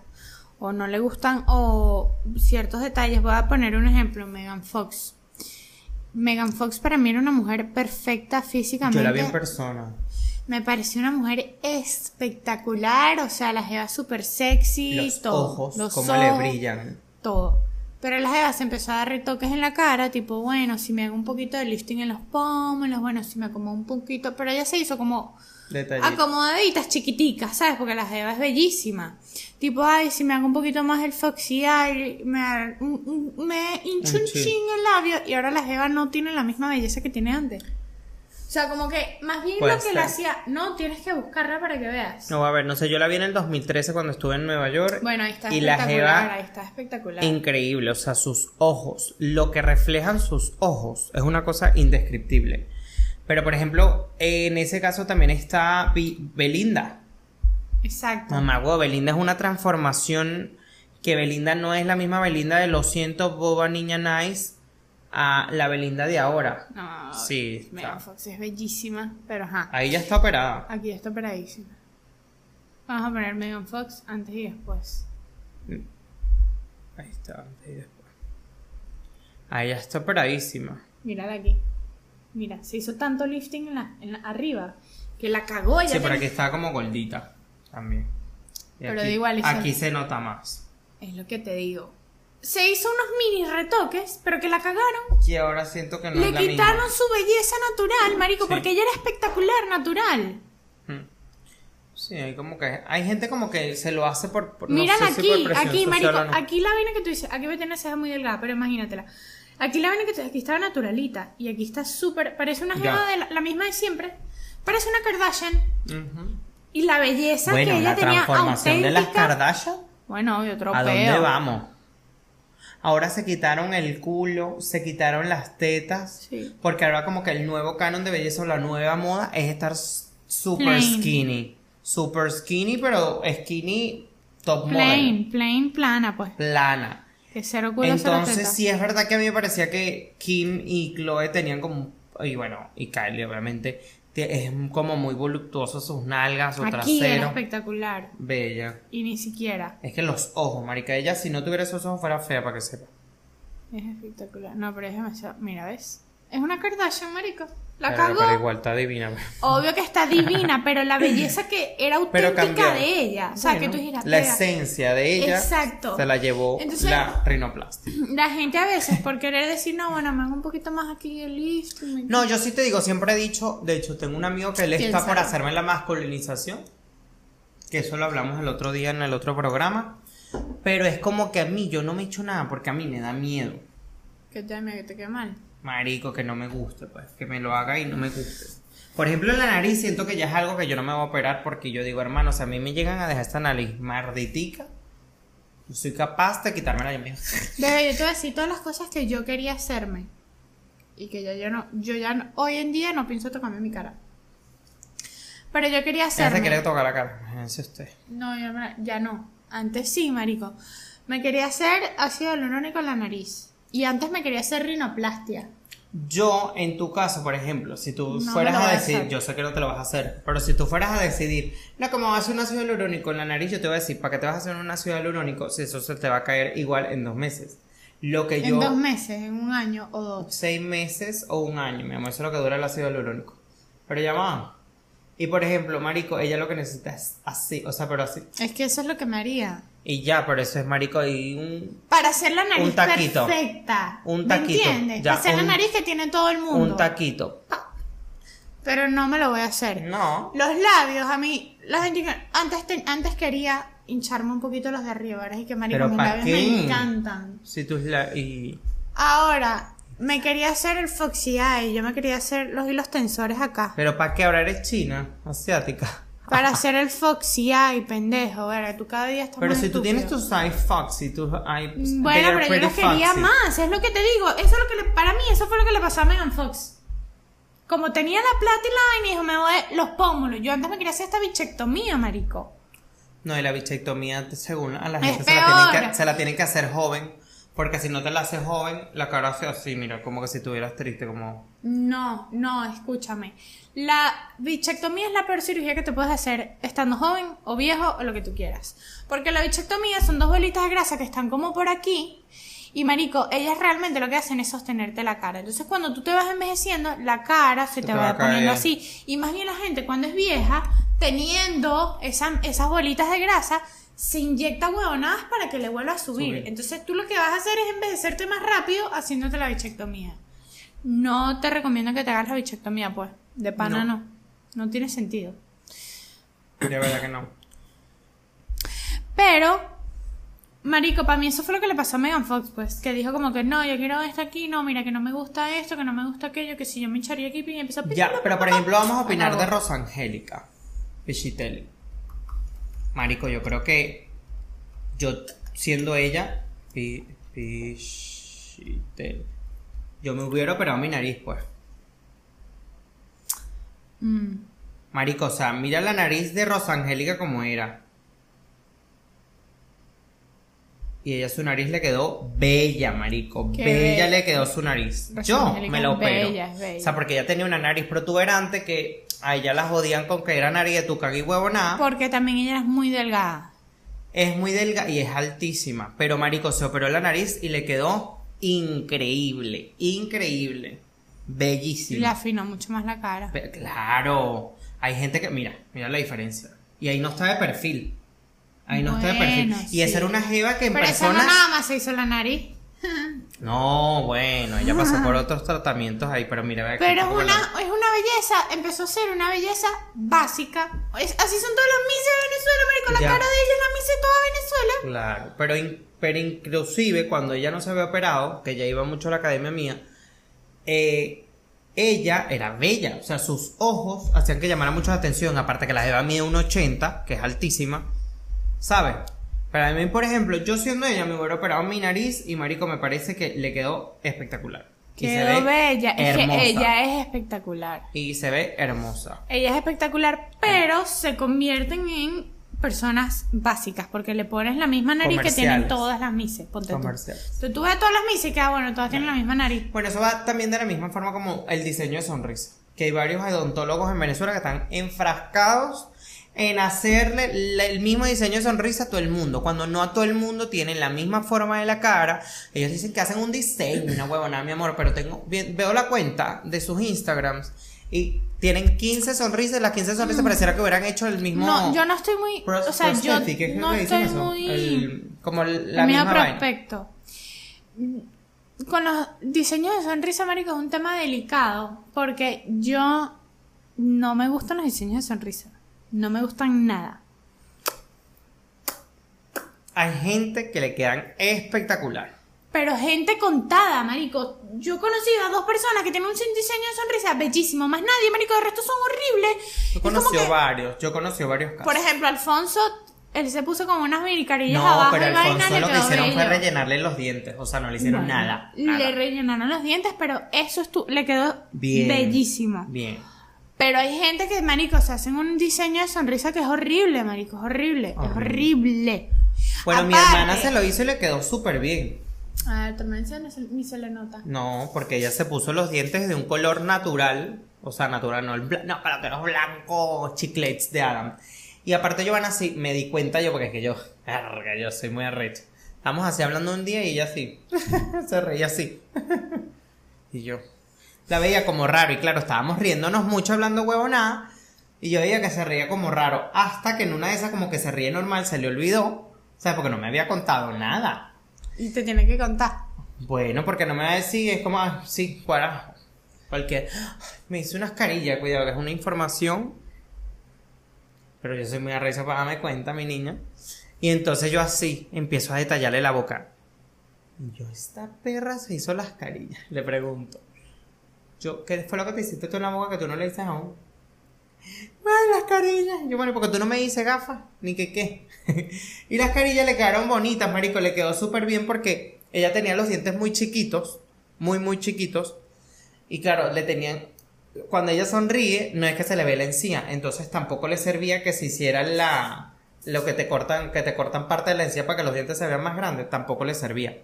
Speaker 2: o no le gustan o ciertos detalles. Voy a poner un ejemplo, Megan Fox. Megan Fox para mí era una mujer perfecta físicamente.
Speaker 1: Yo la vi en persona.
Speaker 2: Me pareció una mujer espectacular, o sea, la jeva súper sexy,
Speaker 1: Los
Speaker 2: todo.
Speaker 1: ojos,
Speaker 2: los
Speaker 1: cómo
Speaker 2: ojos, Ah,
Speaker 1: le brillan.
Speaker 2: todo. Pero la jeva se empezó a dar retoques en la cara, tipo, bueno, si me hago un poquito de lifting en los pómulos, bueno, si me como un poquito, pero ella se hizo como
Speaker 1: Detallitos.
Speaker 2: acomodaditas, chiquiticas, ¿sabes? Porque la jeva es bellísima. Tipo, ay, si me hago un poquito más el foxy eye, me, ar- un- un- me hincho
Speaker 1: Un
Speaker 2: un
Speaker 1: chin.
Speaker 2: chin el labio y ahora la jeva no tiene la misma belleza que tiene antes. O sea, como que más bien
Speaker 1: Puede
Speaker 2: lo que la
Speaker 1: ser.
Speaker 2: hacía, no, tienes que buscarla para que veas.
Speaker 1: No, a ver, no sé, yo la vi en el 2013 cuando estuve en Nueva York.
Speaker 2: Bueno, ahí está
Speaker 1: Y la
Speaker 2: espectacular,
Speaker 1: jeva
Speaker 2: ahí está espectacular.
Speaker 1: increíble, o sea, sus ojos, lo que reflejan sus ojos es una cosa indescriptible. Pero por ejemplo, en ese caso también está Bi- Belinda.
Speaker 2: Exacto.
Speaker 1: Mamá, huevo, Belinda es una transformación que Belinda no es la misma Belinda de los siento boba niña nice a la Belinda de ahora.
Speaker 2: No,
Speaker 1: Sí,
Speaker 2: Megan
Speaker 1: está.
Speaker 2: Fox es bellísima, pero ajá.
Speaker 1: Ahí ya está operada.
Speaker 2: Aquí está operadísima. Vamos a poner Megan Fox antes y después.
Speaker 1: Ahí está. Ahí después. Ahí ya está operadísima.
Speaker 2: Mírala aquí. Mira, se hizo tanto lifting en la, en la- arriba que la cagó ya.
Speaker 1: Sí, pero
Speaker 2: tiene-
Speaker 1: aquí está como gordita también. Y
Speaker 2: Pero
Speaker 1: aquí-
Speaker 2: igual, eso-
Speaker 1: Aquí se nota más.
Speaker 2: Es lo que te digo. se hizo unos mini retoques, pero que la cagaron.
Speaker 1: Y ahora siento que no
Speaker 2: Le
Speaker 1: es la
Speaker 2: quitaron
Speaker 1: misma.
Speaker 2: su belleza natural, marico,
Speaker 1: Sí.
Speaker 2: porque ella era espectacular, natural.
Speaker 1: Mm. Sí, hay como que hay gente como que se lo hace por, por- no
Speaker 2: Miran
Speaker 1: sé si por
Speaker 2: aquí,
Speaker 1: presión
Speaker 2: aquí,
Speaker 1: social
Speaker 2: marico,
Speaker 1: o no.
Speaker 2: aquí la vaina que tú dices, aquí voy a tener ceja muy delgada, pero imagínatela. Aquí la vaina que tú dices, aquí estaba naturalita, y aquí está súper, parece una
Speaker 1: Ya.
Speaker 2: jeva de la, la misma de siempre, parece una Kardashian,
Speaker 1: Ujú.
Speaker 2: y la belleza que
Speaker 1: Bueno,
Speaker 2: ella
Speaker 1: la
Speaker 2: tenía
Speaker 1: transformación de las
Speaker 2: auténtica-
Speaker 1: Kardashian.
Speaker 2: Bueno, y otro
Speaker 1: ¿A dónde
Speaker 2: peo.
Speaker 1: vamos? Ahora se quitaron el culo, se quitaron las tetas,
Speaker 2: Sí.
Speaker 1: porque ahora como que el nuevo canon de belleza o la nueva moda es estar s- super
Speaker 2: Plain.
Speaker 1: skinny. Super skinny, pero skinny top model.
Speaker 2: Plain, plain, plana, pues.
Speaker 1: Plana.
Speaker 2: Que cero culo, cero
Speaker 1: Entonces
Speaker 2: teta.
Speaker 1: sí es verdad que a mí me parecía que Kim y Chloe tenían como... Y bueno, y Kylie obviamente, te- es como muy voluptuoso sus nalgas, su
Speaker 2: Aquí era
Speaker 1: trasero.
Speaker 2: espectacular,
Speaker 1: Bella.
Speaker 2: y ni siquiera.
Speaker 1: Es que los ojos, marica, ella si no tuviera esos ojos fuera fea, para que sepa.
Speaker 2: Es espectacular. No, pero es demasiado. Mira, ¿ves? Es una Kardashian, marico. La
Speaker 1: Pero-
Speaker 2: cagó.
Speaker 1: Pero igual está divina.
Speaker 2: Obvio que está divina, pero la belleza que era
Speaker 1: Pero
Speaker 2: auténtica
Speaker 1: cambió.
Speaker 2: de ella. O sea,
Speaker 1: Bueno,
Speaker 2: que tú dijeras,
Speaker 1: La
Speaker 2: "Pega".
Speaker 1: esencia de ella
Speaker 2: Exacto.
Speaker 1: se la llevó
Speaker 2: Entonces-
Speaker 1: la rinoplastia.
Speaker 2: La gente a veces, por querer decir, no, bueno, me hago un poquito más aquí el listo. me-
Speaker 1: No, yo sí te digo, siempre he dicho, de hecho, tengo un amigo que él
Speaker 2: ¿Quién
Speaker 1: está por
Speaker 2: sabe?
Speaker 1: hacerme la masculinización, que eso lo hablamos el otro día en el otro programa, pero es como que a mí yo no me echo nada porque a mí me da miedo.
Speaker 2: Que te mira, que te quede mal.
Speaker 1: Marico, que no me guste, pues, que me lo haga y no me guste. Por ejemplo, en la nariz siento que ya es algo que yo no me voy a operar porque yo digo, hermano, si a mí me llegan a dejar esta nariz marditica, yo soy capaz de quitármela yo mismo.
Speaker 2: Bebé, yo te voy a decir todas las cosas que yo quería hacerme. Y que ya yo no, yo ya no- hoy en día no pienso tocarme mi cara. Pero yo quería
Speaker 1: Ya se
Speaker 2: hacerme.
Speaker 1: quiere tocar la cara, imagínense usted.
Speaker 2: No, yo me- ya no. Antes sí, marico. Me quería hacer ácido hialurónico en la nariz. Y antes me quería hacer rinoplastia.
Speaker 1: Yo, en tu caso, por ejemplo, si
Speaker 2: No
Speaker 1: tú
Speaker 2: me
Speaker 1: fueras
Speaker 2: lo voy
Speaker 1: a
Speaker 2: a
Speaker 1: decidir,
Speaker 2: hacer.
Speaker 1: yo sé que no te lo vas a hacer, pero si tú fueras a decidir, no, como vas a hacer un ácido hialurónico en la nariz, yo te voy a decir, ¿para qué te vas a hacer un ácido hialurónico si eso se te va a caer igual en dos meses? Lo que
Speaker 2: En
Speaker 1: yo,
Speaker 2: dos meses, en un año o dos.
Speaker 1: seis meses o un año, mi amor, eso es lo que dura el ácido hialurónico. Pero ya va. Y por ejemplo, marico, ella lo que necesita es así, o sea, pero así.
Speaker 2: Es que eso es lo que me haría.
Speaker 1: Y ya, pero eso es marico, y un,
Speaker 2: Para hacer la nariz
Speaker 1: Un taquito.
Speaker 2: perfecta.
Speaker 1: Un
Speaker 2: ¿Me
Speaker 1: taquito,
Speaker 2: entiendes?
Speaker 1: ya,
Speaker 2: Para hacer la
Speaker 1: un-
Speaker 2: nariz que tiene todo el mundo.
Speaker 1: un taquito.
Speaker 2: Pero no me lo voy a hacer.
Speaker 1: No.
Speaker 2: Los labios, a mí, la gente que- antes, te- antes quería hincharme un poquito los de arriba, ahora es que marico,
Speaker 1: Pero
Speaker 2: mis
Speaker 1: ¿pa'
Speaker 2: labios
Speaker 1: qué?
Speaker 2: me encantan.
Speaker 1: Si tus la y
Speaker 2: Ahora, me quería hacer el foxy eye, yo me quería hacer los hilos tensores acá.
Speaker 1: Pero ¿para qué ahora eres china? Asiática.
Speaker 2: Para hacer el foxy eye, pendejo, verga, tú cada día estás
Speaker 1: Pero
Speaker 2: más
Speaker 1: si tú tienes
Speaker 2: estúpido.
Speaker 1: tus eye foxy, tus eye... pues, they
Speaker 2: Bueno,
Speaker 1: are
Speaker 2: pero yo
Speaker 1: pretty
Speaker 2: los quería
Speaker 1: foxy.
Speaker 2: más, es lo que te digo, eso es lo que le- para mí, eso fue lo que le pasó a Megan Fox. Como tenía la plata y la vaina, dijo, me voy a- los pómulos. Yo antes me quería hacer esta bichectomía, marico.
Speaker 1: No, y la bichectomía, según a la
Speaker 2: Es
Speaker 1: gente, se la, tienen
Speaker 2: peor.
Speaker 1: que, se la tienen que hacer joven. Porque si no te la haces joven, la cara hace así, mira, como que si estuvieras triste, como...
Speaker 2: No, no, escúchame. La bichectomía es la peor cirugía que te puedes hacer estando joven o viejo o lo que tú quieras. Porque la bichectomía son dos bolitas de grasa que están como por aquí. Y marico, ellas realmente lo que hacen es sostenerte la cara. Entonces cuando tú te vas envejeciendo, la cara se te,
Speaker 1: te va
Speaker 2: va,
Speaker 1: a caer.
Speaker 2: poniendo así. Y más bien la gente cuando es vieja, teniendo esa- esas bolitas de grasa, se inyecta huevonadas para que le vuelva a subir.
Speaker 1: Subir.
Speaker 2: Entonces tú lo que vas a hacer es envejecerte más rápido haciéndote la bichectomía. No te recomiendo que te hagas la bichectomía, pues. De pana
Speaker 1: No.
Speaker 2: no. No, tiene sentido.
Speaker 1: De verdad que no.
Speaker 2: Pero, marico, para mí eso fue lo que le pasó a Megan Fox, pues. Que dijo como que no, yo quiero esto aquí, no, mira, que no me gusta esto, que no me gusta aquello, que si yo me echaría aquí y empezó a
Speaker 1: Ya, pero por ejemplo, vamos a opinar de
Speaker 2: Acabó.
Speaker 1: Rosa Angélica. Pichitelli. Marico, yo creo que... Yo, siendo ella... Pi, Pichitelli. Yo me hubiera operado mi nariz, pues.
Speaker 2: Mm.
Speaker 1: Marico, o sea, mira la nariz de Rosa Angélica como era. Y ella su nariz le quedó bella, marico.
Speaker 2: Qué
Speaker 1: bella
Speaker 2: bella.
Speaker 1: le quedó su nariz.
Speaker 2: Rosa
Speaker 1: Yo
Speaker 2: Angélica
Speaker 1: me la
Speaker 2: es
Speaker 1: opero.
Speaker 2: bella, es bella.
Speaker 1: O sea, porque ella tenía una nariz protuberante que a ella la jodían con que era nariz de tu y huevonada.
Speaker 2: Porque también ella es muy delgada.
Speaker 1: Es muy delga y es altísima. Pero marico se operó la nariz y le quedó increíble, increíble,
Speaker 2: Y
Speaker 1: bellísima.
Speaker 2: le afinó mucho más la cara.
Speaker 1: Pe- Claro, hay gente que, mira, mira la diferencia. Y ahí no está de perfil. Ahí no está de perfil.
Speaker 2: Bueno,
Speaker 1: Y esa
Speaker 2: sí.
Speaker 1: era una jeva que en
Speaker 2: Pero esa no
Speaker 1: persona.
Speaker 2: nada más se hizo la nariz.
Speaker 1: No, bueno, ella pasó por otros tratamientos ahí, pero mira, ve aquí,
Speaker 2: Pero es
Speaker 1: cómo
Speaker 2: una,
Speaker 1: la-
Speaker 2: es una belleza, empezó a ser una belleza básica. Es- así son todas las misas de Venezuela, marico. La
Speaker 1: Ya.
Speaker 2: cara de ella es la misa de toda Venezuela.
Speaker 1: Claro, pero, in- pero inclusive cuando ella no se había operado, que ella iba mucho a la academia mía, eh, ella era bella, o sea, sus ojos hacían que llamara mucho la atención, aparte que la jeva mide 1,80, que es altísima, ¿sabes? Para mí, por ejemplo, yo siendo ella me hubiera operado mi nariz y marico me parece que le quedó espectacular. Y se
Speaker 2: Quedó
Speaker 1: ve
Speaker 2: bella. Es
Speaker 1: hermosa.
Speaker 2: que ella es espectacular.
Speaker 1: Y se ve hermosa.
Speaker 2: Ella es espectacular, pero se convierten en personas básicas porque le pones la misma nariz que tienen
Speaker 1: Comerciales.
Speaker 2: todas las mises. Ponte tú.
Speaker 1: Comerciales.
Speaker 2: Entonces, tú ves todas las mises que, ah, bueno, todas tienen la misma nariz.
Speaker 1: Bueno, eso va también de la misma forma como el diseño de sonrisa. Que hay varios odontólogos en Venezuela que están enfrascados en hacerle la- el mismo diseño de sonrisa a todo el mundo. Cuando no a todo el mundo tienen la misma forma de la cara, ellos dicen que hacen un diseño, una huevona, mi amor. Pero tengo, vi- veo la cuenta de sus Instagrams y tienen 15 sonrisas. Las 15 sonrisas pareciera que hubieran hecho el mismo.
Speaker 2: Mm. No, yo no estoy muy.
Speaker 1: pros-
Speaker 2: o sea, yo
Speaker 1: prosthetic, ¿es que
Speaker 2: no
Speaker 1: le dicen
Speaker 2: estoy
Speaker 1: eso?
Speaker 2: muy.
Speaker 1: El- como el- la
Speaker 2: el mío
Speaker 1: misma vaina.
Speaker 2: prospecto. Mm, Con los diseños de sonrisa, marico, es un tema delicado. Porque yo no me gustan los diseños de sonrisa. No me gustan nada.
Speaker 1: Hay gente que le quedan espectacular.
Speaker 2: Pero gente contada, marico. Yo he conocido a dos personas que tienen un diseño de sonrisa bellísimo. Más nadie, marico. El resto son horribles.
Speaker 1: Yo
Speaker 2: Es como
Speaker 1: conocí
Speaker 2: que,
Speaker 1: varios, yo conocí varios casos.
Speaker 2: por ejemplo, Alfonso, él se puso con unas minicarillas
Speaker 1: No,
Speaker 2: abajo
Speaker 1: pero
Speaker 2: y vainas
Speaker 1: Alfonso
Speaker 2: le
Speaker 1: lo que
Speaker 2: quedó
Speaker 1: hicieron fue
Speaker 2: bello.
Speaker 1: rellenarle los dientes. O sea, no le hicieron
Speaker 2: Bueno,
Speaker 1: nada.
Speaker 2: Le
Speaker 1: nada.
Speaker 2: rellenaron los dientes, pero eso estu- le quedó
Speaker 1: Bien.
Speaker 2: bellísimo.
Speaker 1: Bien.
Speaker 2: Pero hay gente que, marico, se hacen un diseño de sonrisa que es horrible, marico. Es horrible. Es horrible.
Speaker 1: Bueno, mi
Speaker 2: Aparte-
Speaker 1: hermana se lo hizo y le quedó súper bien.
Speaker 2: Ah, también se, no se- ni se le nota.
Speaker 1: No, porque ella se puso los dientes de un color natural. O sea, natural, no el blanco. No, para que los blancos chiclets de Adam. Y aparte, Giovanna, sí, me di cuenta yo, porque es que yo. verga, yo soy muy arrecho. Estamos así hablando un día y ella así. se reía así. y yo. La veía como raro. Y claro, estábamos riéndonos mucho hablando huevonada. Y yo veía que se reía como raro. Hasta que en una de esas, como que se ríe normal, se le olvidó. ¿Sabes? Porque no me había contado nada.
Speaker 2: Y te tiene que contar.
Speaker 1: Bueno, porque no me va a decir, es como, ah, sí, cuarajo. Porque me hice unas carillas, cuidado, que es una información. Pero yo soy muy arrecha para darme cuenta, mi niña. Y entonces yo así empiezo a detallarle la boca. Y yo, esta perra se hizo las carillas, le pregunto. Yo, ¿qué fue lo que te hiciste tú en la boca que tú no le dices aún? Ay, las carillas. Yo, bueno, porque tú no me dices gafas, ni que qué. y las carillas le quedaron bonitas, marico, le quedó súper bien porque ella tenía los dientes muy chiquitos, muy, muy chiquitos. Y claro, le tenían. Cuando ella sonríe, no es que se le ve la encía, entonces tampoco le servía que se hiciera la. Lo que te cortan, que te cortan parte de la encía para que los dientes se vean más grandes, tampoco le servía.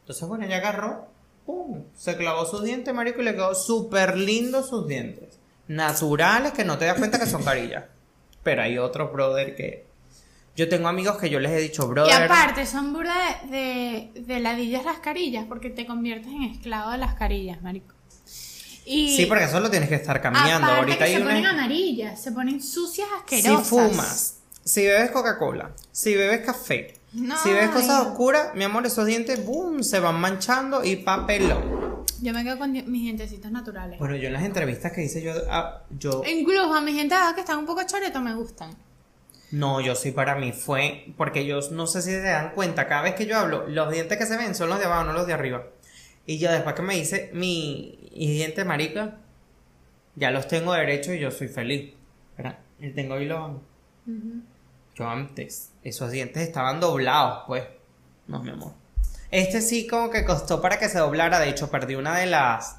Speaker 1: Entonces, bueno, ella agarró, ¡pum! Se clavó sus dientes, marico, y le quedó súper lindo sus dientes. Naturales, que no te das cuenta que son carillas. Pero hay otros, brother, que... Yo tengo amigos que yo les he dicho,
Speaker 2: Y
Speaker 1: brother...
Speaker 2: aparte, son burda de, de, de ladillas las carillas, porque te conviertes en esclavo de las carillas, marico. Y
Speaker 1: Sí, porque eso lo tienes que estar cambiando.
Speaker 2: aparte
Speaker 1: Ahorita
Speaker 2: que
Speaker 1: hay
Speaker 2: se ponen
Speaker 1: una...
Speaker 2: amarillas, se ponen sucias,
Speaker 1: Si
Speaker 2: asquerosas.
Speaker 1: fumas, si bebes Coca-Cola, si bebes café,
Speaker 2: No,
Speaker 1: si bebes cosas
Speaker 2: ay.
Speaker 1: oscuras, mi amor, esos dientes, boom, se van manchando y papelón.
Speaker 2: Yo me quedo con di- mis dientecitos naturales.
Speaker 1: Bueno, yo en las entrevistas que hice yo... ah, yo...
Speaker 2: Incluso a mis dientes ah, que están un poco choretos me gustan.
Speaker 1: No, yo sí para mí fue, porque yo no sé si se dan cuenta, cada vez que yo hablo, los dientes que se ven son los de abajo, no los de arriba. Y yo después que me hice mi y diente marica, ya los tengo derecho y yo soy feliz. ¿verdad? Y tengo y los amo. Yo antes, esos dientes estaban doblados, pues. No, mi amor. Este sí como que costó para que se doblara, de hecho perdí una de las...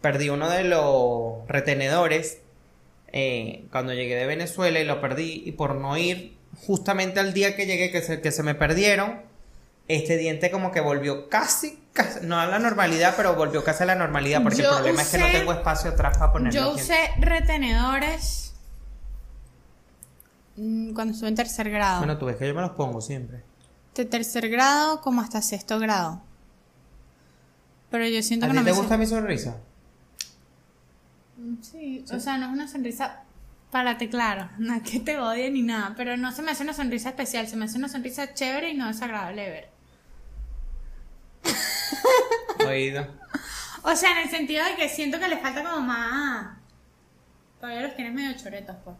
Speaker 1: Perdí uno de los retenedores eh, cuando llegué de Venezuela y lo perdí y por no ir justamente al día que llegué que se, que se me perdieron este diente como que volvió casi, casi- no a la normalidad pero volvió casi a la normalidad porque
Speaker 2: Yo
Speaker 1: el problema es que no
Speaker 2: usé-
Speaker 1: tengo espacio atrás para poner
Speaker 2: Yo
Speaker 1: los dientes.
Speaker 2: usé retenedores mm, cuando estuve en tercer grado.
Speaker 1: bueno tú ves que yo me los pongo siempre
Speaker 2: de tercer grado como hasta sexto grado. Pero yo siento
Speaker 1: ¿a
Speaker 2: que
Speaker 1: ti
Speaker 2: no
Speaker 1: te
Speaker 2: me
Speaker 1: gusta mi sonrisa?
Speaker 2: Sí, o sea, no es una sonrisa Párate, claro. No es que te odie ni nada, pero no se me hace una sonrisa especial, se me hace una sonrisa chévere y no desagradable de ver.
Speaker 1: Oído.
Speaker 2: O sea, en el sentido de que siento que le falta como más. Todavía los tienes medio choretos, pues.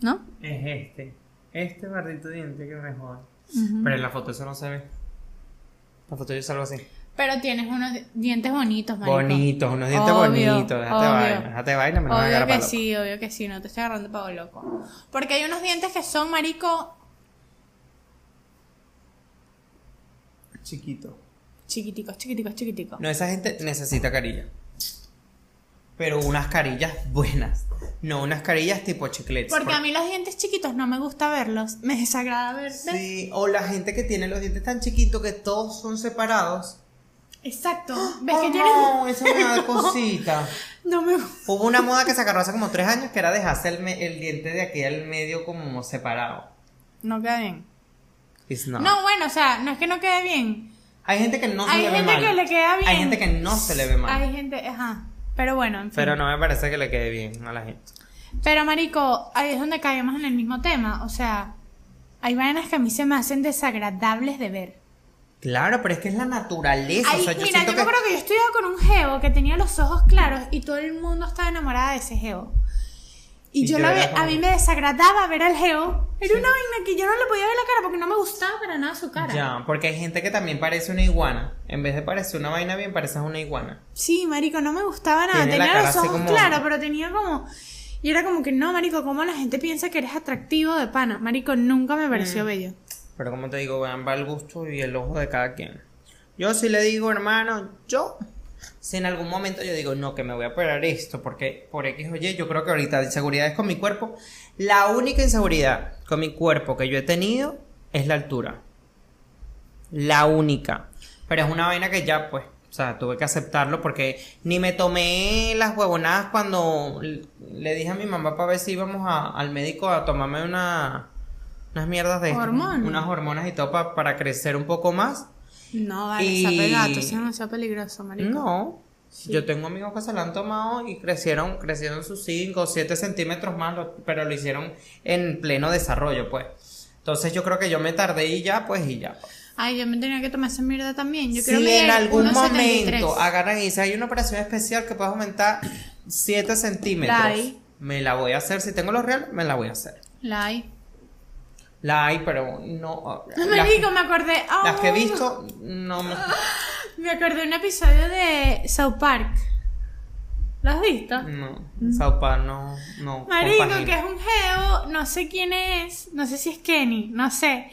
Speaker 2: ¿No?
Speaker 1: Es este. Este maldito diente que me joda. Pero en la foto eso no se ve. La foto yo salgo así.
Speaker 2: Pero tienes unos di- dientes bonitos, marico.
Speaker 1: Bonitos, unos dientes
Speaker 2: Obvio,
Speaker 1: bonitos. Déjate
Speaker 2: obvio.
Speaker 1: vaina, déjate vaina, me lo van a
Speaker 2: Obvio
Speaker 1: agarrar
Speaker 2: que
Speaker 1: palo.
Speaker 2: sí, obvio que sí, no te estoy agarrando pavo loco. Porque hay unos dientes que son, marico,
Speaker 1: Chiquito.
Speaker 2: chiquiticos, chiquiticos, chiquiticos.
Speaker 1: No, esa gente necesita carilla. Pero unas carillas buenas. No unas carillas tipo chicletes.
Speaker 2: Porque a mí los dientes chiquitos no me gusta verlos, me desagrada verlos.
Speaker 1: Sí, o la gente que tiene los dientes tan chiquitos que todos son separados.
Speaker 2: Exacto. ¿Ves
Speaker 1: Oh,
Speaker 2: que tienes?
Speaker 1: no, eso me da cosita.
Speaker 2: No me gusta.
Speaker 1: Hubo una moda que se agarró hace como tres años que era dejarse el, me- el diente de aquí al medio como separado.
Speaker 2: No queda bien.
Speaker 1: It's not.
Speaker 2: No, bueno, o sea, no es que no quede bien.
Speaker 1: Hay gente que no se
Speaker 2: Hay
Speaker 1: le ve
Speaker 2: gente
Speaker 1: mal.
Speaker 2: que le queda bien.
Speaker 1: Hay gente que no se le ve mal.
Speaker 2: Hay gente, ajá. Pero bueno, en fin.
Speaker 1: Pero no me parece que le quede bien a la gente.
Speaker 2: Pero marico, ahí es donde caemos en el mismo tema. O sea, hay vainas que a mí se me hacen desagradables de ver.
Speaker 1: Claro, pero es que es la naturaleza.
Speaker 2: Ay,
Speaker 1: o sea, yo
Speaker 2: mira,
Speaker 1: siento
Speaker 2: yo me
Speaker 1: que...
Speaker 2: acuerdo que yo estudiaba con un geo que tenía los ojos claros y todo el mundo estaba enamorada de ese geo. Y,
Speaker 1: Y
Speaker 2: yo,
Speaker 1: yo
Speaker 2: la
Speaker 1: era
Speaker 2: ve- a
Speaker 1: como-
Speaker 2: mí me desagradaba ver al geo. Era una vaina que yo no le podía ver la cara porque no me gustaba para nada su cara.
Speaker 1: Ya, porque hay gente que también parece una iguana. En vez de parecer una vaina bien, pareces una iguana.
Speaker 2: Sí, marico, no me gustaba nada.
Speaker 1: Tiene la
Speaker 2: tenía
Speaker 1: cara
Speaker 2: los
Speaker 1: así
Speaker 2: ojos
Speaker 1: como-
Speaker 2: claros, pero tenía como... Y era como que, no, marico, ¿cómo la gente piensa que eres atractivo de pana? Marico, nunca me pareció
Speaker 1: Mm.
Speaker 2: bello.
Speaker 1: Pero como te digo, vean, va el gusto y el ojo de cada quien. Yo sí le digo, hermano, yo, si en algún momento yo digo, no, que me voy a operar esto, porque por X o Y, yo creo que ahorita la inseguridad es con mi cuerpo. La única inseguridad con mi cuerpo que yo he tenido es la altura. La única. Pero es una vaina que ya, pues, o sea, tuve que aceptarlo porque ni me tomé las huevonadas cuando l- le dije a mi mamá para ver si íbamos a- al médico a tomarme una, unas mierdas de
Speaker 2: Hormonas.
Speaker 1: unas hormonas y todo pa- para crecer un poco más.
Speaker 2: No, vale,
Speaker 1: Y-
Speaker 2: está pegado, entonces no sea peligroso, marico.
Speaker 1: No. Yo tengo amigos que se la han tomado y crecieron, crecieron sus 5 o 7 centímetros más, lo- pero lo hicieron en pleno desarrollo, pues. Entonces yo creo que yo me tardé y ya, pues, y ya.
Speaker 2: Ay, yo me tenía que tomar esa mierda también. Yo creo
Speaker 1: si
Speaker 2: que
Speaker 1: en algún
Speaker 2: 1,73.
Speaker 1: momento ah, agarran y dicen, hay una operación especial que puede aumentar 7 centímetros,
Speaker 2: La hay.
Speaker 1: me la voy a hacer. Si tengo los reales, me la voy a hacer.
Speaker 2: La hay.
Speaker 1: La hay, pero no... ah,
Speaker 2: No
Speaker 1: las-
Speaker 2: me digo, me acordé. ay,
Speaker 1: las que he visto, no me...
Speaker 2: Me acordé de un episodio de South Park. ¿Lo has visto?
Speaker 1: No, South Park no, no
Speaker 2: Mm. Marico,
Speaker 1: compagino.
Speaker 2: que es un geo, no sé quién es, no sé si es Kenny, no sé,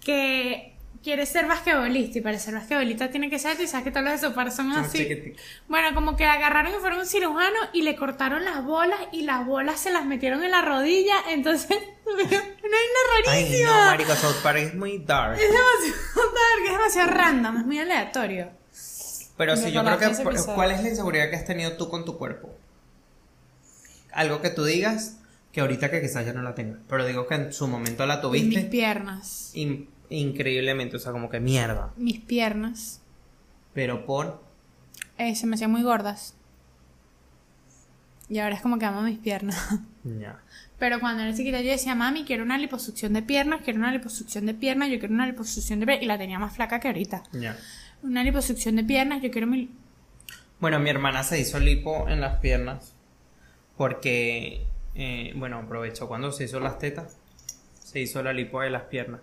Speaker 2: que quiere ser basquetbolista y para ser basquetbolista tiene que ser alto y sabes que todos los de su par son
Speaker 1: Son
Speaker 2: así.
Speaker 1: chiquiticos.
Speaker 2: Bueno, como que agarraron y fueron un cirujano y le cortaron las bolas y las bolas se las metieron en la rodilla, entonces no hay una
Speaker 1: Ay,
Speaker 2: rarísima.
Speaker 1: no, marico, South Park es muy dark.
Speaker 2: es demasiado dark, es demasiado random, es muy aleatorio.
Speaker 1: Pero
Speaker 2: Me
Speaker 1: sí, yo creo
Speaker 2: acordaste
Speaker 1: que...
Speaker 2: ese
Speaker 1: por-
Speaker 2: episodio.
Speaker 1: ¿Cuál es la inseguridad que has tenido tú con tu cuerpo? Algo que tú digas, que ahorita que quizás ya no la tengas, pero digo que en su momento la
Speaker 2: Mis
Speaker 1: tuviste
Speaker 2: piernas,
Speaker 1: in- increíblemente, o sea, como que mierda.
Speaker 2: mis piernas,
Speaker 1: Pero por...
Speaker 2: eh, se me hacían muy gordas. Y ahora es como que amo mis piernas.
Speaker 1: Ya.
Speaker 2: Pero cuando era chiquita yo decía, mami, quiero una liposucción de piernas, quiero una liposucción de piernas, yo quiero una liposucción de piernas. Y la tenía más flaca que ahorita.
Speaker 1: Ya.
Speaker 2: Una liposucción de piernas, yo quiero mi...
Speaker 1: Bueno, mi hermana se hizo lipo en las piernas porque, eh, bueno, aprovechó cuando se hizo las tetas, se hizo la lipo de las piernas.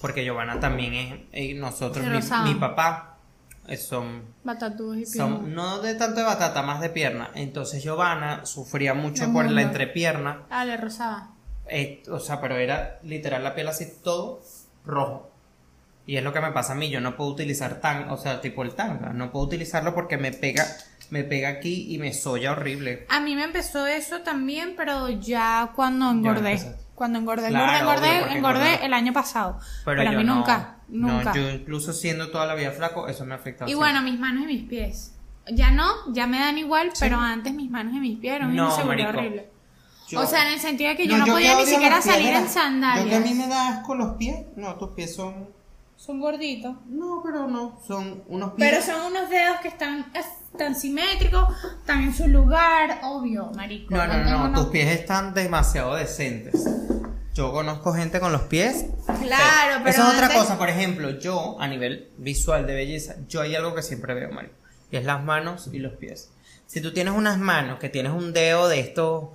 Speaker 1: Porque Giovanna también es, eh, nosotros,
Speaker 2: Se
Speaker 1: mi-
Speaker 2: rozaba.
Speaker 1: mi, papá, eh, son,
Speaker 2: Batatúes y piernas.
Speaker 1: son, no de tanto de batata, más de pierna. Entonces Giovanna sufría mucho
Speaker 2: De
Speaker 1: por la
Speaker 2: mundo.
Speaker 1: entrepierna,
Speaker 2: Ah, le rozaba.
Speaker 1: eh, o sea, pero era literal la piel así todo rojo. Y es lo que me pasa a mí, yo no puedo utilizar tan, o sea, tipo el tanga, no puedo utilizarlo porque me pega, me pega aquí y me soya horrible.
Speaker 2: A mí me empezó eso también, pero ya cuando engordé.
Speaker 1: empezaste.
Speaker 2: cuando engordé,
Speaker 1: Claro,
Speaker 2: engordé,
Speaker 1: obvio,
Speaker 2: engordé,
Speaker 1: porque
Speaker 2: engordé
Speaker 1: engordar.
Speaker 2: el año pasado. Pero,
Speaker 1: Pero,
Speaker 2: a
Speaker 1: yo
Speaker 2: mí
Speaker 1: no-
Speaker 2: nunca,
Speaker 1: no,
Speaker 2: nunca.
Speaker 1: yo incluso siendo toda la vida flaco, eso me afecta.
Speaker 2: y bueno, mis manos y mis pies. Ya no, ya me dan igual, pero antes mis manos y mis pies eran una
Speaker 1: No,
Speaker 2: inseguridad
Speaker 1: marico.
Speaker 2: horrible. O sea, en el sentido de que yo
Speaker 1: No,
Speaker 2: no,
Speaker 1: yo
Speaker 2: podía ni
Speaker 1: odio
Speaker 2: siquiera
Speaker 1: los pies,
Speaker 2: salir
Speaker 1: ¿verdad?
Speaker 2: en
Speaker 1: Yo que a mí
Speaker 2: sandalias.
Speaker 1: me da asco los pies, no, tus pies son
Speaker 2: Son gorditos.
Speaker 1: No, pero no. Son unos
Speaker 2: Pero
Speaker 1: pibes.
Speaker 2: son unos dedos que están es- tan simétricos, están en su lugar, obvio, marico.
Speaker 1: No, no,
Speaker 2: tengo
Speaker 1: no, no.
Speaker 2: una-
Speaker 1: Tus pies están demasiado decentes. Yo conozco gente con los pies.
Speaker 2: Claro, pero
Speaker 1: Esa es otra
Speaker 2: antes-
Speaker 1: cosa. Por ejemplo, yo, a nivel visual de belleza, yo hay algo que siempre veo, Mario. Y es las manos y los pies. Si tú tienes unas manos que tienes un dedo de estos.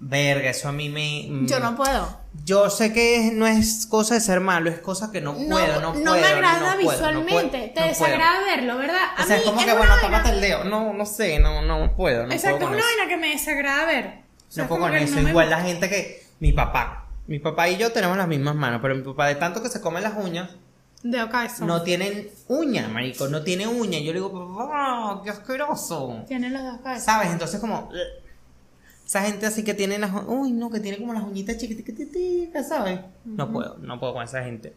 Speaker 1: Verga, eso a mí me. mm,
Speaker 2: Yo no puedo.
Speaker 1: Yo sé que no es cosa de ser malo, es cosa que no
Speaker 2: No,
Speaker 1: puedo, no,
Speaker 2: no
Speaker 1: puedo.
Speaker 2: me agrada
Speaker 1: no puedo, no puedo,
Speaker 2: visualmente. Te
Speaker 1: no puedo.
Speaker 2: desagrada verlo, ¿verdad? A
Speaker 1: O sea, es
Speaker 2: mí
Speaker 1: como
Speaker 2: es
Speaker 1: que,
Speaker 2: una
Speaker 1: bueno,
Speaker 2: vaina-
Speaker 1: tómate el dedo. No, no sé, no, no puedo. No
Speaker 2: Exacto,
Speaker 1: puedo
Speaker 2: es
Speaker 1: con
Speaker 2: una
Speaker 1: eso.
Speaker 2: vaina que me desagrada ver. O sea,
Speaker 1: No
Speaker 2: es
Speaker 1: puedo
Speaker 2: como
Speaker 1: con
Speaker 2: que
Speaker 1: eso.
Speaker 2: no me
Speaker 1: Igual
Speaker 2: gusta.
Speaker 1: la gente que. Mi papá. Mi papá y yo tenemos las mismas manos, pero mi papá, de tanto que se come las uñas,
Speaker 2: Dedo cabezón.
Speaker 1: no tienen uña, marico, no tiene uña. Yo le digo, papá, qué asqueroso.
Speaker 2: Tiene los dos cabezas.
Speaker 1: ¿Sabes? Entonces, como. "Ugh". Esa gente así que tiene las. Uy, no, que tiene como las uñitas chiquititas, ¿sabes? No puedo, no puedo con esa gente.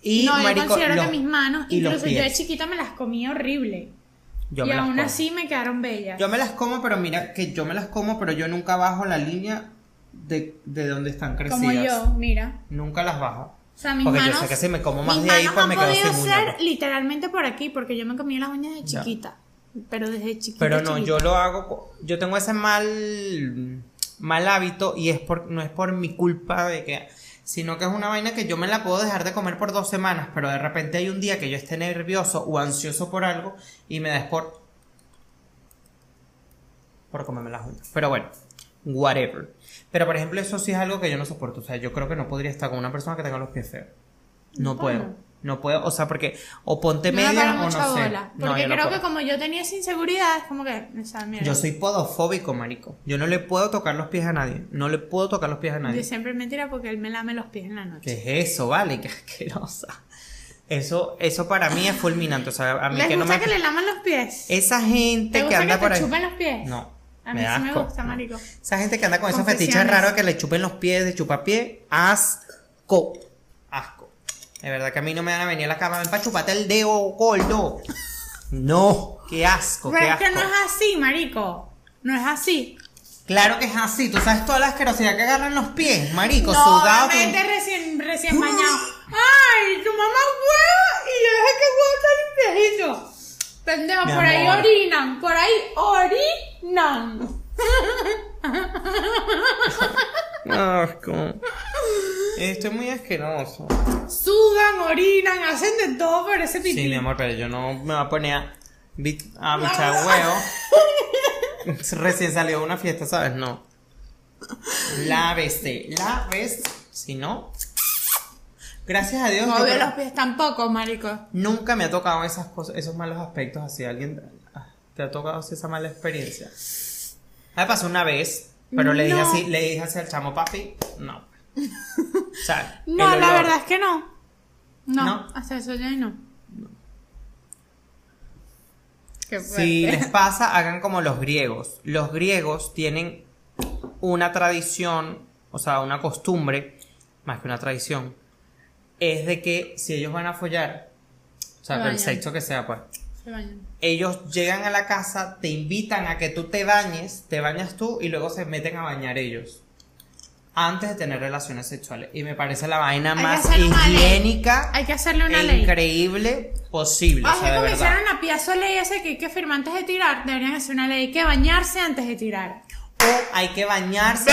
Speaker 1: Y,
Speaker 2: no,
Speaker 1: marico,
Speaker 2: yo considero
Speaker 1: los-
Speaker 2: que mis manos,
Speaker 1: y los
Speaker 2: incluso yo de
Speaker 1: pies.
Speaker 2: chiquita me las comía horrible.
Speaker 1: Yo
Speaker 2: y
Speaker 1: me las
Speaker 2: aún
Speaker 1: como.
Speaker 2: así me quedaron bellas.
Speaker 1: Yo me las como, pero mira, que yo me las como, pero yo nunca bajo la línea de, de donde están crecidas.
Speaker 2: como yo, mira.
Speaker 1: Nunca las bajo.
Speaker 2: O sea, mis
Speaker 1: Porque yo
Speaker 2: manos.
Speaker 1: sé que si me como más
Speaker 2: mis
Speaker 1: de ahí,
Speaker 2: manos
Speaker 1: pues
Speaker 2: han
Speaker 1: me quedo
Speaker 2: podido
Speaker 1: sin uña,
Speaker 2: ser
Speaker 1: pues.
Speaker 2: literalmente por aquí, porque yo me comía las uñas de
Speaker 1: Ya.
Speaker 2: chiquita. Pero desde chiquita.
Speaker 1: Pero no,
Speaker 2: chiquita.
Speaker 1: yo lo hago. co- Yo tengo ese mal mal hábito y es por, no es por mi culpa de que. Sino que es una vaina que yo me la puedo dejar de comer por dos semanas, pero de repente hay un día que yo esté nervioso o ansioso por algo y me das por. por comerme las uñas. Pero bueno, whatever. Pero por ejemplo, eso sí es algo que yo no soporto. O sea, yo creo que no podría estar con una persona que tenga los pies feos. No
Speaker 2: No.
Speaker 1: puedo. No puedo. O sea, porque o ponte
Speaker 2: No me
Speaker 1: media
Speaker 2: paro
Speaker 1: o
Speaker 2: mucha
Speaker 1: no sé.
Speaker 2: bola,
Speaker 1: No,
Speaker 2: Porque
Speaker 1: yo no
Speaker 2: creo
Speaker 1: puedo.
Speaker 2: que como yo tenía esa inseguridad, es como que. O sea, mira.
Speaker 1: Yo soy podofóbico, marico. Yo no le puedo tocar los pies a nadie. No le puedo tocar los pies a
Speaker 2: Yo
Speaker 1: nadie.
Speaker 2: siempre mentira porque él me lame los pies en la noche.
Speaker 1: ¿Qué es eso, vale? Qué asquerosa. Eso, eso para mí es fulminante. O sea, a mí
Speaker 2: ¿Les
Speaker 1: que no
Speaker 2: gusta
Speaker 1: me.
Speaker 2: que le laman los pies?
Speaker 1: Esa gente
Speaker 2: ¿Te
Speaker 1: que
Speaker 2: gusta que
Speaker 1: anda por
Speaker 2: te
Speaker 1: ahí.
Speaker 2: chupen los pies?
Speaker 1: No.
Speaker 2: A mí
Speaker 1: da
Speaker 2: sí me
Speaker 1: asco.
Speaker 2: gusta,
Speaker 1: No.
Speaker 2: marico.
Speaker 1: Esa gente que anda con esos fetiches
Speaker 2: Confesiones.
Speaker 1: raros que le chupen los pies de chupapié. Asco. Asco. De verdad que a mí no me van a venir a la cama. Ven para chuparte el dedo gordo. No. Qué asco.
Speaker 2: Pero
Speaker 1: qué
Speaker 2: es
Speaker 1: asco.
Speaker 2: que no es así, marico. No es así.
Speaker 1: Claro que es así, tú sabes toda la asquerosidad que agarran los pies, marico,
Speaker 2: no,
Speaker 1: sudado.
Speaker 2: obviamente
Speaker 1: con- ¡Ah!
Speaker 2: recién, recién bañado. ¡Ay! Tu mamá huevo y yo dejé que huevo tan viejito. Pendejo,
Speaker 1: Mi
Speaker 2: por ahí
Speaker 1: amor.
Speaker 2: orinan. Por ahí orinan.
Speaker 1: Asco. Estoy muy asqueroso.
Speaker 2: Sudan, orinan, hacen de todo por ese
Speaker 1: Sí,
Speaker 2: pipí.
Speaker 1: mi amor, pero yo no me voy a poner a, bit- a bichar huevo. Recién salió de una fiesta, ¿sabes? No. Lávese, lávese. Si no. Gracias a Dios. yo
Speaker 2: Obvio,
Speaker 1: creo-
Speaker 2: los pies tampoco, marico.
Speaker 1: Nunca me ha tocado esas cosas, esos malos aspectos así. Alguien ah, te ha tocado así esa mala experiencia. A mí pasó una vez, pero le dije
Speaker 2: No.
Speaker 1: así, le dije así al chamo papi, no. O sea,
Speaker 2: No,
Speaker 1: el
Speaker 2: la
Speaker 1: olor.
Speaker 2: verdad es que no. No,
Speaker 1: No.
Speaker 2: hasta eso ya no. Qué fuerte.
Speaker 1: Si les pasa, hagan como los griegos. Los griegos tienen una tradición, o sea, una costumbre, más que una tradición, es de que si ellos van a follar, o sea, del
Speaker 2: Se bañan.
Speaker 1: sexo que sea, pues,
Speaker 2: Se bañan.
Speaker 1: ellos llegan a la casa, te invitan a que tú te bañes, te bañas tú y luego se meten a bañar ellos. Antes de tener relaciones sexuales. Y me parece la vaina
Speaker 2: Hay que
Speaker 1: más
Speaker 2: hacer una ley.
Speaker 1: higiénica
Speaker 2: Hay que hacerle una
Speaker 1: e
Speaker 2: ley.
Speaker 1: increíble posible. o
Speaker 2: Así
Speaker 1: sea, de
Speaker 2: como
Speaker 1: verdad.
Speaker 2: hicieron Ah, a Piazza ley ese que hay que firmar antes de tirar, deberían hacer una ley que bañarse antes de tirar.
Speaker 1: O hay que bañarse.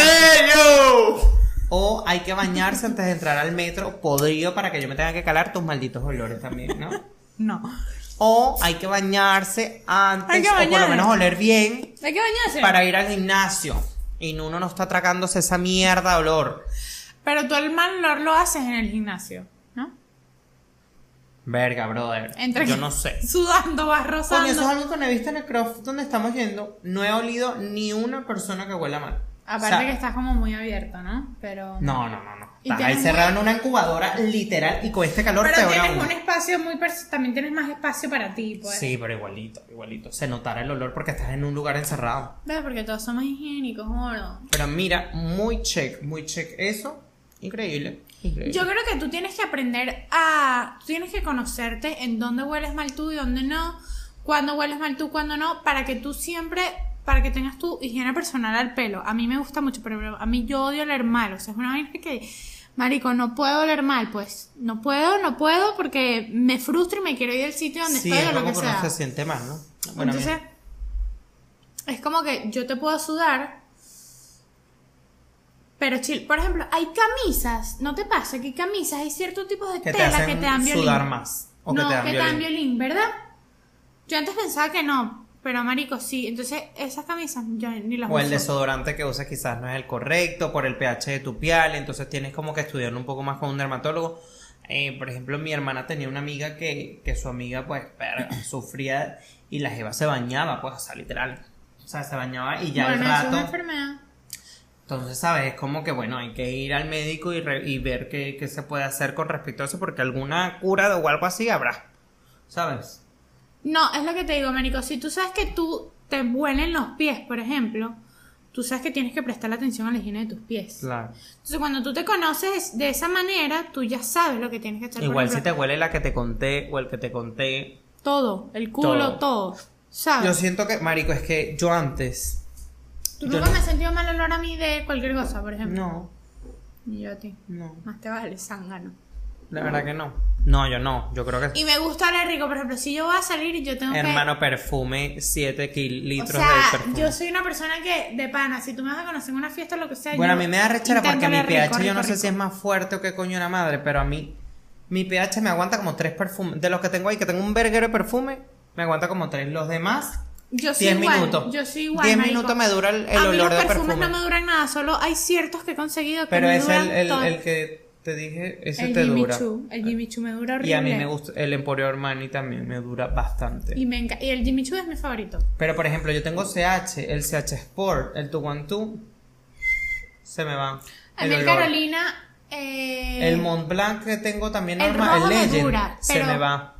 Speaker 1: O hay que bañarse antes de entrar al metro podrido para que yo me tenga que calar tus malditos olores también, ¿no?
Speaker 2: No.
Speaker 1: O hay que bañarse antes,
Speaker 2: Hay que
Speaker 1: o por lo
Speaker 2: bañarse.
Speaker 1: menos oler bien.
Speaker 2: Hay que bañarse.
Speaker 1: para ir al gimnasio y uno no está tracándose esa mierda de olor.
Speaker 2: Pero tú el mal olor lo haces en el gimnasio, ¿no?
Speaker 1: Verga, brother.
Speaker 2: Entre
Speaker 1: Yo
Speaker 2: que-
Speaker 1: no sé.
Speaker 2: Sudando, vas
Speaker 1: Coño, eso es
Speaker 2: rozando.
Speaker 1: algo que no he visto en el cross donde estamos yendo. No he olido ni una persona que huela mal.
Speaker 2: Aparte
Speaker 1: O sea,
Speaker 2: que estás como muy abierto, ¿no? Pero.
Speaker 1: No, no, no, no.
Speaker 2: Y
Speaker 1: Estás
Speaker 2: tienes
Speaker 1: ahí cerrado en una incubadora literal y con este calor te
Speaker 2: Pero
Speaker 1: ahoga
Speaker 2: tienes
Speaker 1: uno.
Speaker 2: un espacio muy. pers- También tienes más espacio para ti, pues.
Speaker 1: Sí, pero igualito, igualito. Se notará el olor porque estás en un lugar encerrado.
Speaker 2: ¿Ves? Porque todos somos higiénicos, gordo.
Speaker 1: Pero mira, muy check, muy check eso. Increíble. increíble.
Speaker 2: Yo creo que tú tienes que aprender a. Tú tienes que conocerte en dónde hueles mal tú y dónde no. Cuándo hueles mal tú, cuándo no. Para que tú siempre. Para que tengas tu higiene personal al pelo. A mí me gusta mucho, pero a mí yo odio oler mal. O sea, es una vaina que. Marico, no puedo oler mal, pues. No puedo, no puedo, porque me frustro y me quiero ir del sitio donde
Speaker 1: Sí,
Speaker 2: estoy
Speaker 1: es
Speaker 2: o lo
Speaker 1: como
Speaker 2: que
Speaker 1: que
Speaker 2: sea.
Speaker 1: uno se siente mal, ¿no? Bueno, a mí-
Speaker 2: Entonces, es como que yo te puedo sudar, pero chill. Por ejemplo, hay camisas, ¿no te pasa? Que hay camisas, hay ciertos tipos de
Speaker 1: que te
Speaker 2: tela
Speaker 1: hacen
Speaker 2: que te dan violín.
Speaker 1: sudar más. O
Speaker 2: no,
Speaker 1: que te dan violín.
Speaker 2: violín, ¿verdad? Yo antes pensaba que no, pero marico, sí. Entonces, esas camisas yo ni las
Speaker 1: O el
Speaker 2: uso.
Speaker 1: desodorante que usas quizás no es el correcto por el pH de tu piel, entonces tienes como que estudiar un poco más con un dermatólogo. Eh, por ejemplo, mi hermana tenía una amiga que, que su amiga pues verga, sufría y la jeva se bañaba, pues, o sea, literal. O sea, se bañaba y ya al
Speaker 2: bueno, eso es una
Speaker 1: rato.
Speaker 2: enfermedad.
Speaker 1: Entonces, ¿sabes? Es como que, bueno, hay que ir al médico y, re- y ver qué, qué se puede hacer con respecto a eso, porque alguna cura o algo así habrá. ¿Sabes?
Speaker 2: No, es lo que te digo, marico. Si tú sabes que tú te huelen los pies, por ejemplo, tú sabes que tienes que prestar atención a la higiene de tus pies.
Speaker 1: Claro.
Speaker 2: Entonces, cuando tú te conoces de esa manera, tú ya sabes lo que tienes que hacer. por
Speaker 1: Igual si te
Speaker 2: ejemplo,
Speaker 1: huele la que te conté o el que te conté,
Speaker 2: Todo, el culo, todo.
Speaker 1: Yo
Speaker 2: ¿Sabes?
Speaker 1: siento que, marico, es que yo antes.
Speaker 2: tú
Speaker 1: yo
Speaker 2: nunca
Speaker 1: no-
Speaker 2: me has sentido mal olor a mí de cualquier cosa, por ejemplo.
Speaker 1: No,
Speaker 2: Ni yo a ti.
Speaker 1: no.
Speaker 2: Más te vale, zángano.
Speaker 1: La verdad que no. No, yo no. Yo creo que
Speaker 2: Y me gusta oler rico, por ejemplo, si yo voy a salir, yo tengo
Speaker 1: hermano perfume, 7 kil-
Speaker 2: que... O
Speaker 1: litros
Speaker 2: sea,
Speaker 1: de perfume.
Speaker 2: yo soy una persona que, de pana, si tú me vas a conocer en una fiesta o lo que sea...
Speaker 1: Bueno, a
Speaker 2: yo
Speaker 1: mí me da rechera porque
Speaker 2: intento
Speaker 1: mi
Speaker 2: oler
Speaker 1: pH,
Speaker 2: rico,
Speaker 1: yo no
Speaker 2: rico,
Speaker 1: sé si es
Speaker 2: rico.
Speaker 1: más fuerte o qué coño la madre, pero a mí. Mi pH me aguanta como tres perfumes. De los que tengo ahí, que tengo un verguero de perfume, me aguanta como tres. Los demás,
Speaker 2: Yo soy
Speaker 1: 10
Speaker 2: igual,
Speaker 1: minutos.
Speaker 2: Yo soy igual,
Speaker 1: 10
Speaker 2: marico.
Speaker 1: minutos me dura el, el
Speaker 2: a mí
Speaker 1: olor
Speaker 2: los
Speaker 1: de
Speaker 2: perfumes
Speaker 1: perfume.
Speaker 2: no me duran nada, solo hay ciertos que he conseguido que
Speaker 1: pero
Speaker 2: me
Speaker 1: es
Speaker 2: duran
Speaker 1: el, el,
Speaker 2: todo.
Speaker 1: el que te dije, ese
Speaker 2: El
Speaker 1: te
Speaker 2: Jimmy
Speaker 1: dura. Ah.
Speaker 2: Choo, el Jimmy Choo me dura horrible.
Speaker 1: Y a mí me gusta, el Emporio Armani también me dura bastante.
Speaker 2: Y, me enca- y el Jimmy Choo es mi favorito.
Speaker 1: Pero por ejemplo, yo tengo CH, el CH Sport, el 212, se me va.
Speaker 2: A mí el
Speaker 1: olor.
Speaker 2: Carolina. eh,
Speaker 1: El Mont Blanc que tengo también
Speaker 2: el
Speaker 1: normal,
Speaker 2: rojo
Speaker 1: el
Speaker 2: me
Speaker 1: Legend,
Speaker 2: dura,
Speaker 1: se
Speaker 2: pero-
Speaker 1: me va.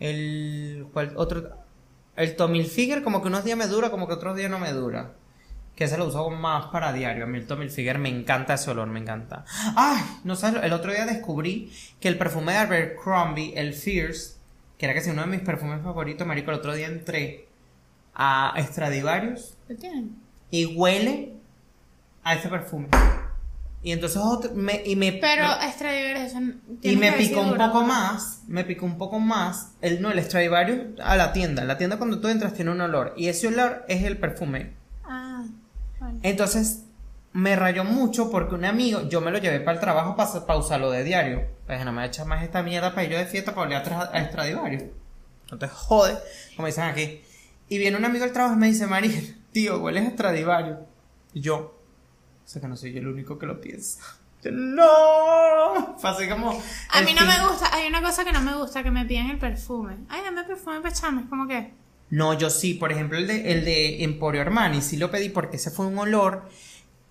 Speaker 1: El ¿cuál otro el Tommy Hilfiger como que unos días me dura, como que otros días no me dura. Que ese lo uso más para diario. A mí el Tommy Hilfiger me encanta ese olor, me encanta. Ay, no sabes, el otro día descubrí que el perfume de Abercrombie, el Fierce, que era que si uno de mis perfumes favoritos, marico, el otro día entré a Stradivarius
Speaker 2: ¿Lo tienen?
Speaker 1: y huele a ese perfume. Y entonces otro- me, y me
Speaker 2: Pero Stradivarius eso n-
Speaker 1: y
Speaker 2: tienes
Speaker 1: me
Speaker 2: que ver si
Speaker 1: picó un
Speaker 2: dura.
Speaker 1: poco más, me picó un poco más el no el Stradivarius a la tienda. La tienda cuando tú entras tiene un olor y ese olor es el perfume.
Speaker 2: Ah, vale.
Speaker 1: Entonces me rayó mucho porque un amigo, yo me lo llevé para el trabajo para, usarlo de diario. Pues no me echas más esta mierda para ir yo de fiesta para oler a, tra- a Stradivarius. No te jode, como dicen aquí. Y viene un amigo del trabajo y me dice, María, tío, hueles a Stradivarius. Y yo, o sea que no soy yo el único que lo piensa. Yo, no, Fue así como.
Speaker 2: A
Speaker 1: el
Speaker 2: mí no
Speaker 1: fin.
Speaker 2: me gusta, hay una cosa que no me gusta, que me piden el perfume. Ay, dame perfume para echarme, es como que...
Speaker 1: No, yo sí, por ejemplo, el de, el de Emporio Armani, sí lo pedí porque ese fue un olor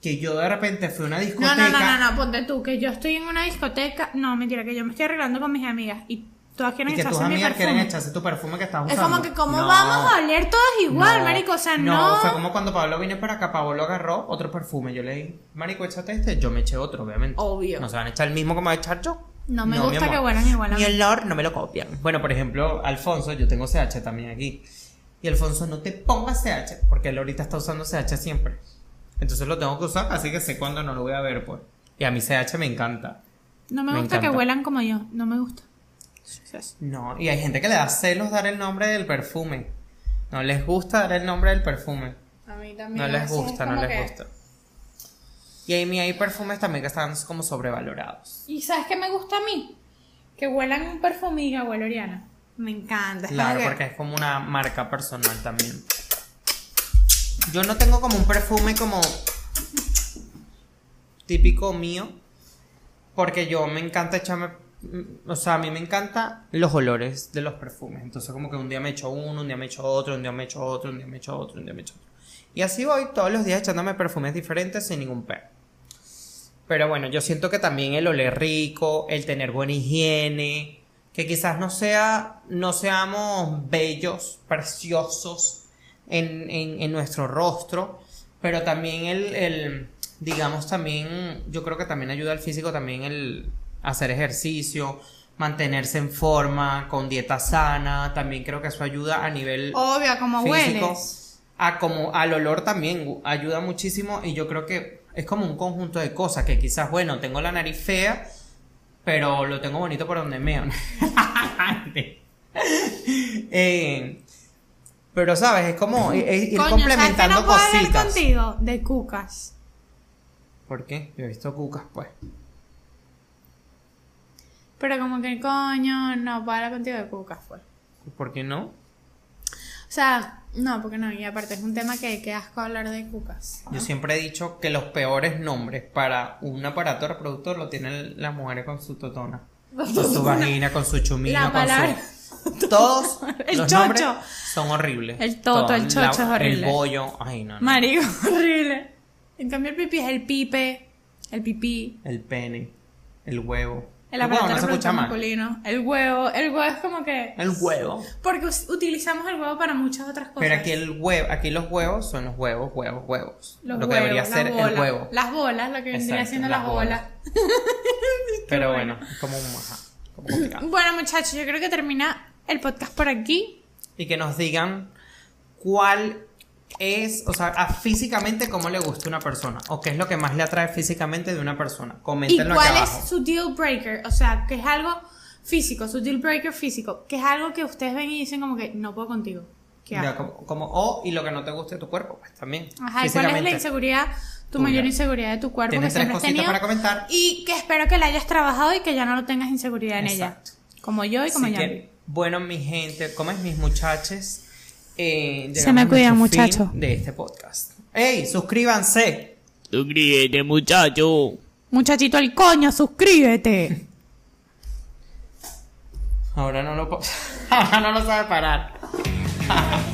Speaker 1: que yo de repente fui a una
Speaker 2: No,
Speaker 1: discoteca.
Speaker 2: no, no, no, no, ponte tú, que yo estoy en una discoteca. No, mentira, que yo me estoy arreglando con mis amigas y todas quieren
Speaker 1: Y que tus
Speaker 2: echarse mi
Speaker 1: amigas quieren
Speaker 2: perfume.
Speaker 1: echarse tu perfume que estás
Speaker 2: Es
Speaker 1: usando.
Speaker 2: como que, ¿cómo
Speaker 1: No,
Speaker 2: vamos a oler todas igual,
Speaker 1: no,
Speaker 2: marico? O sea, no.
Speaker 1: fue como cuando Pablo vino para acá, Pablo agarró otro perfume. Yo le dije, marico, échate este. Yo me eché otro, obviamente.
Speaker 2: Obvio.
Speaker 1: No se van a echar el mismo que me voy a echar yo.
Speaker 2: No me
Speaker 1: mi
Speaker 2: gusta
Speaker 1: amor.
Speaker 2: que huelan igual a
Speaker 1: Mi
Speaker 2: mí.
Speaker 1: olor no me lo copian. Bueno, por ejemplo, Alfonso, yo tengo CH también aquí. Y Alfonso, no te pongas CH, porque él ahorita está usando CH siempre. Entonces lo tengo que usar, así que sé cuándo no lo voy a ver, pues. Y a mí CH me encanta.
Speaker 2: No me
Speaker 1: Me
Speaker 2: gusta que
Speaker 1: encanta.
Speaker 2: huelan como yo, no me gusta. Entonces,
Speaker 1: No, y hay gente que le da celos dar el nombre del perfume. No les gusta dar el nombre del perfume.
Speaker 2: A mí también.
Speaker 1: No
Speaker 2: a
Speaker 1: les
Speaker 2: veces es
Speaker 1: gusta, no
Speaker 2: como
Speaker 1: les
Speaker 2: que-
Speaker 1: gusta. Y a mí hay perfumes también que están como sobrevalorados.
Speaker 2: ¿Y sabes qué me gusta a mí? Que huelan un perfume y diga, huele a Oriana. Me encanta. es como
Speaker 1: Claro,
Speaker 2: que-
Speaker 1: porque es como una marca personal también. Yo no tengo como un perfume como típico mío, porque yo me encanta echarme, mm, o sea, a mí me encanta los olores de los perfumes. Entonces como que un día me echo uno, un día me echo otro, un día me echo otro, un día me echo otro, un día me echo otro. Y así voy todos los días echándome perfumes diferentes sin ningún perro. Pero bueno, yo siento que también el oler rico, el tener buena higiene, que quizás no sea, no seamos bellos, preciosos en, en- en nuestro rostro, pero también el, el, digamos también, yo creo que también ayuda al físico también el hacer ejercicio, mantenerse en forma, con dieta sana, también creo que eso ayuda a nivel
Speaker 2: Obvio, como
Speaker 1: físico,
Speaker 2: hueles.
Speaker 1: a como al olor también gu- ayuda muchísimo y yo creo que es como un conjunto de cosas que quizás, bueno, tengo la nariz fea, pero lo tengo bonito por donde meo. Eh, pero sabes, es como es- es ir
Speaker 2: Coño,
Speaker 1: complementando
Speaker 2: ¿sabes qué no puedo hablar
Speaker 1: cositas.
Speaker 2: contigo? De cucas.
Speaker 1: ¿Por qué? Yo he visto cucas, pues.
Speaker 2: Pero como que coño, no puedo hablar contigo de cucas, pues.
Speaker 1: ¿Por qué no?
Speaker 2: O sea, no, porque no. Y aparte es un tema que, que asco hablar de cucas.
Speaker 1: Yo siempre he dicho que los peores nombres para un aparato reproductor lo tienen las mujeres con su totona. Con su vagina, con su chumino,
Speaker 2: La
Speaker 1: con
Speaker 2: palabra-
Speaker 1: su... Todos
Speaker 2: El
Speaker 1: los
Speaker 2: chocho.
Speaker 1: nombres son horribles.
Speaker 2: El toto, el
Speaker 1: Todas,
Speaker 2: chocho es
Speaker 1: El
Speaker 2: horrible.
Speaker 1: bollo, ay no, no.
Speaker 2: Marico, horrible. En cambio, el pipí es el pipe, el pipí,
Speaker 1: El pene, el huevo.
Speaker 2: el
Speaker 1: huevo
Speaker 2: aparato
Speaker 1: no se escucha
Speaker 2: reproductor
Speaker 1: más.
Speaker 2: masculino, el huevo. El huevo es como que.
Speaker 1: El huevo.
Speaker 2: Porque us- utilizamos el huevo para muchas otras cosas.
Speaker 1: Pero aquí el huevo, aquí los huevos son los huevos, huevos, huevos.
Speaker 2: Los
Speaker 1: lo
Speaker 2: huevos,
Speaker 1: que debería
Speaker 2: las
Speaker 1: ser el
Speaker 2: bolas,
Speaker 1: huevo.
Speaker 2: Las bolas, lo que vendría
Speaker 1: Exacto,
Speaker 2: siendo
Speaker 1: las
Speaker 2: las
Speaker 1: bolas.
Speaker 2: bolas.
Speaker 1: Pero bueno, es como un ajá, como complicado.
Speaker 2: Bueno, muchachos, yo creo que termina el podcast por aquí.
Speaker 1: Y que nos digan cuál es, o sea, a físicamente cómo le gusta una persona o qué es lo que más le atrae físicamente de una persona.
Speaker 2: ¿Y
Speaker 1: Coméntenlo aquí
Speaker 2: cuál
Speaker 1: abajo.
Speaker 2: es su deal breaker? O sea, que es algo físico, su deal breaker físico, que es algo que ustedes ven y dicen como que no puedo contigo. ¿Qué
Speaker 1: Ya,
Speaker 2: hago?
Speaker 1: como, como- o y lo que no te guste de tu cuerpo, pues también.
Speaker 2: Ajá, ¿y cuál es la
Speaker 1: físicamente.
Speaker 2: inseguridad, tu
Speaker 1: Tuya.
Speaker 2: mayor inseguridad de tu cuerpo
Speaker 1: Tienes
Speaker 2: que
Speaker 1: tres
Speaker 2: siempre
Speaker 1: cositas
Speaker 2: has tenido?
Speaker 1: para comentar.
Speaker 2: Y que espero que la hayas trabajado y que ya no lo tengas inseguridad en
Speaker 1: Exacto.
Speaker 2: ella. Como yo y como
Speaker 1: Así
Speaker 2: ya.
Speaker 1: que, bueno, mi gente, ¿cómo es mis muchachos? Eh,
Speaker 2: Se me
Speaker 1: llegamos a nuestro fin
Speaker 2: cuidan, muchacho.
Speaker 1: De este podcast. ¡Ey! ¡Suscríbanse!
Speaker 3: Suscríbete, muchacho.
Speaker 2: Muchachito el coño, suscríbete.
Speaker 1: Ahora no lo, po- ahora no lo sabe parar.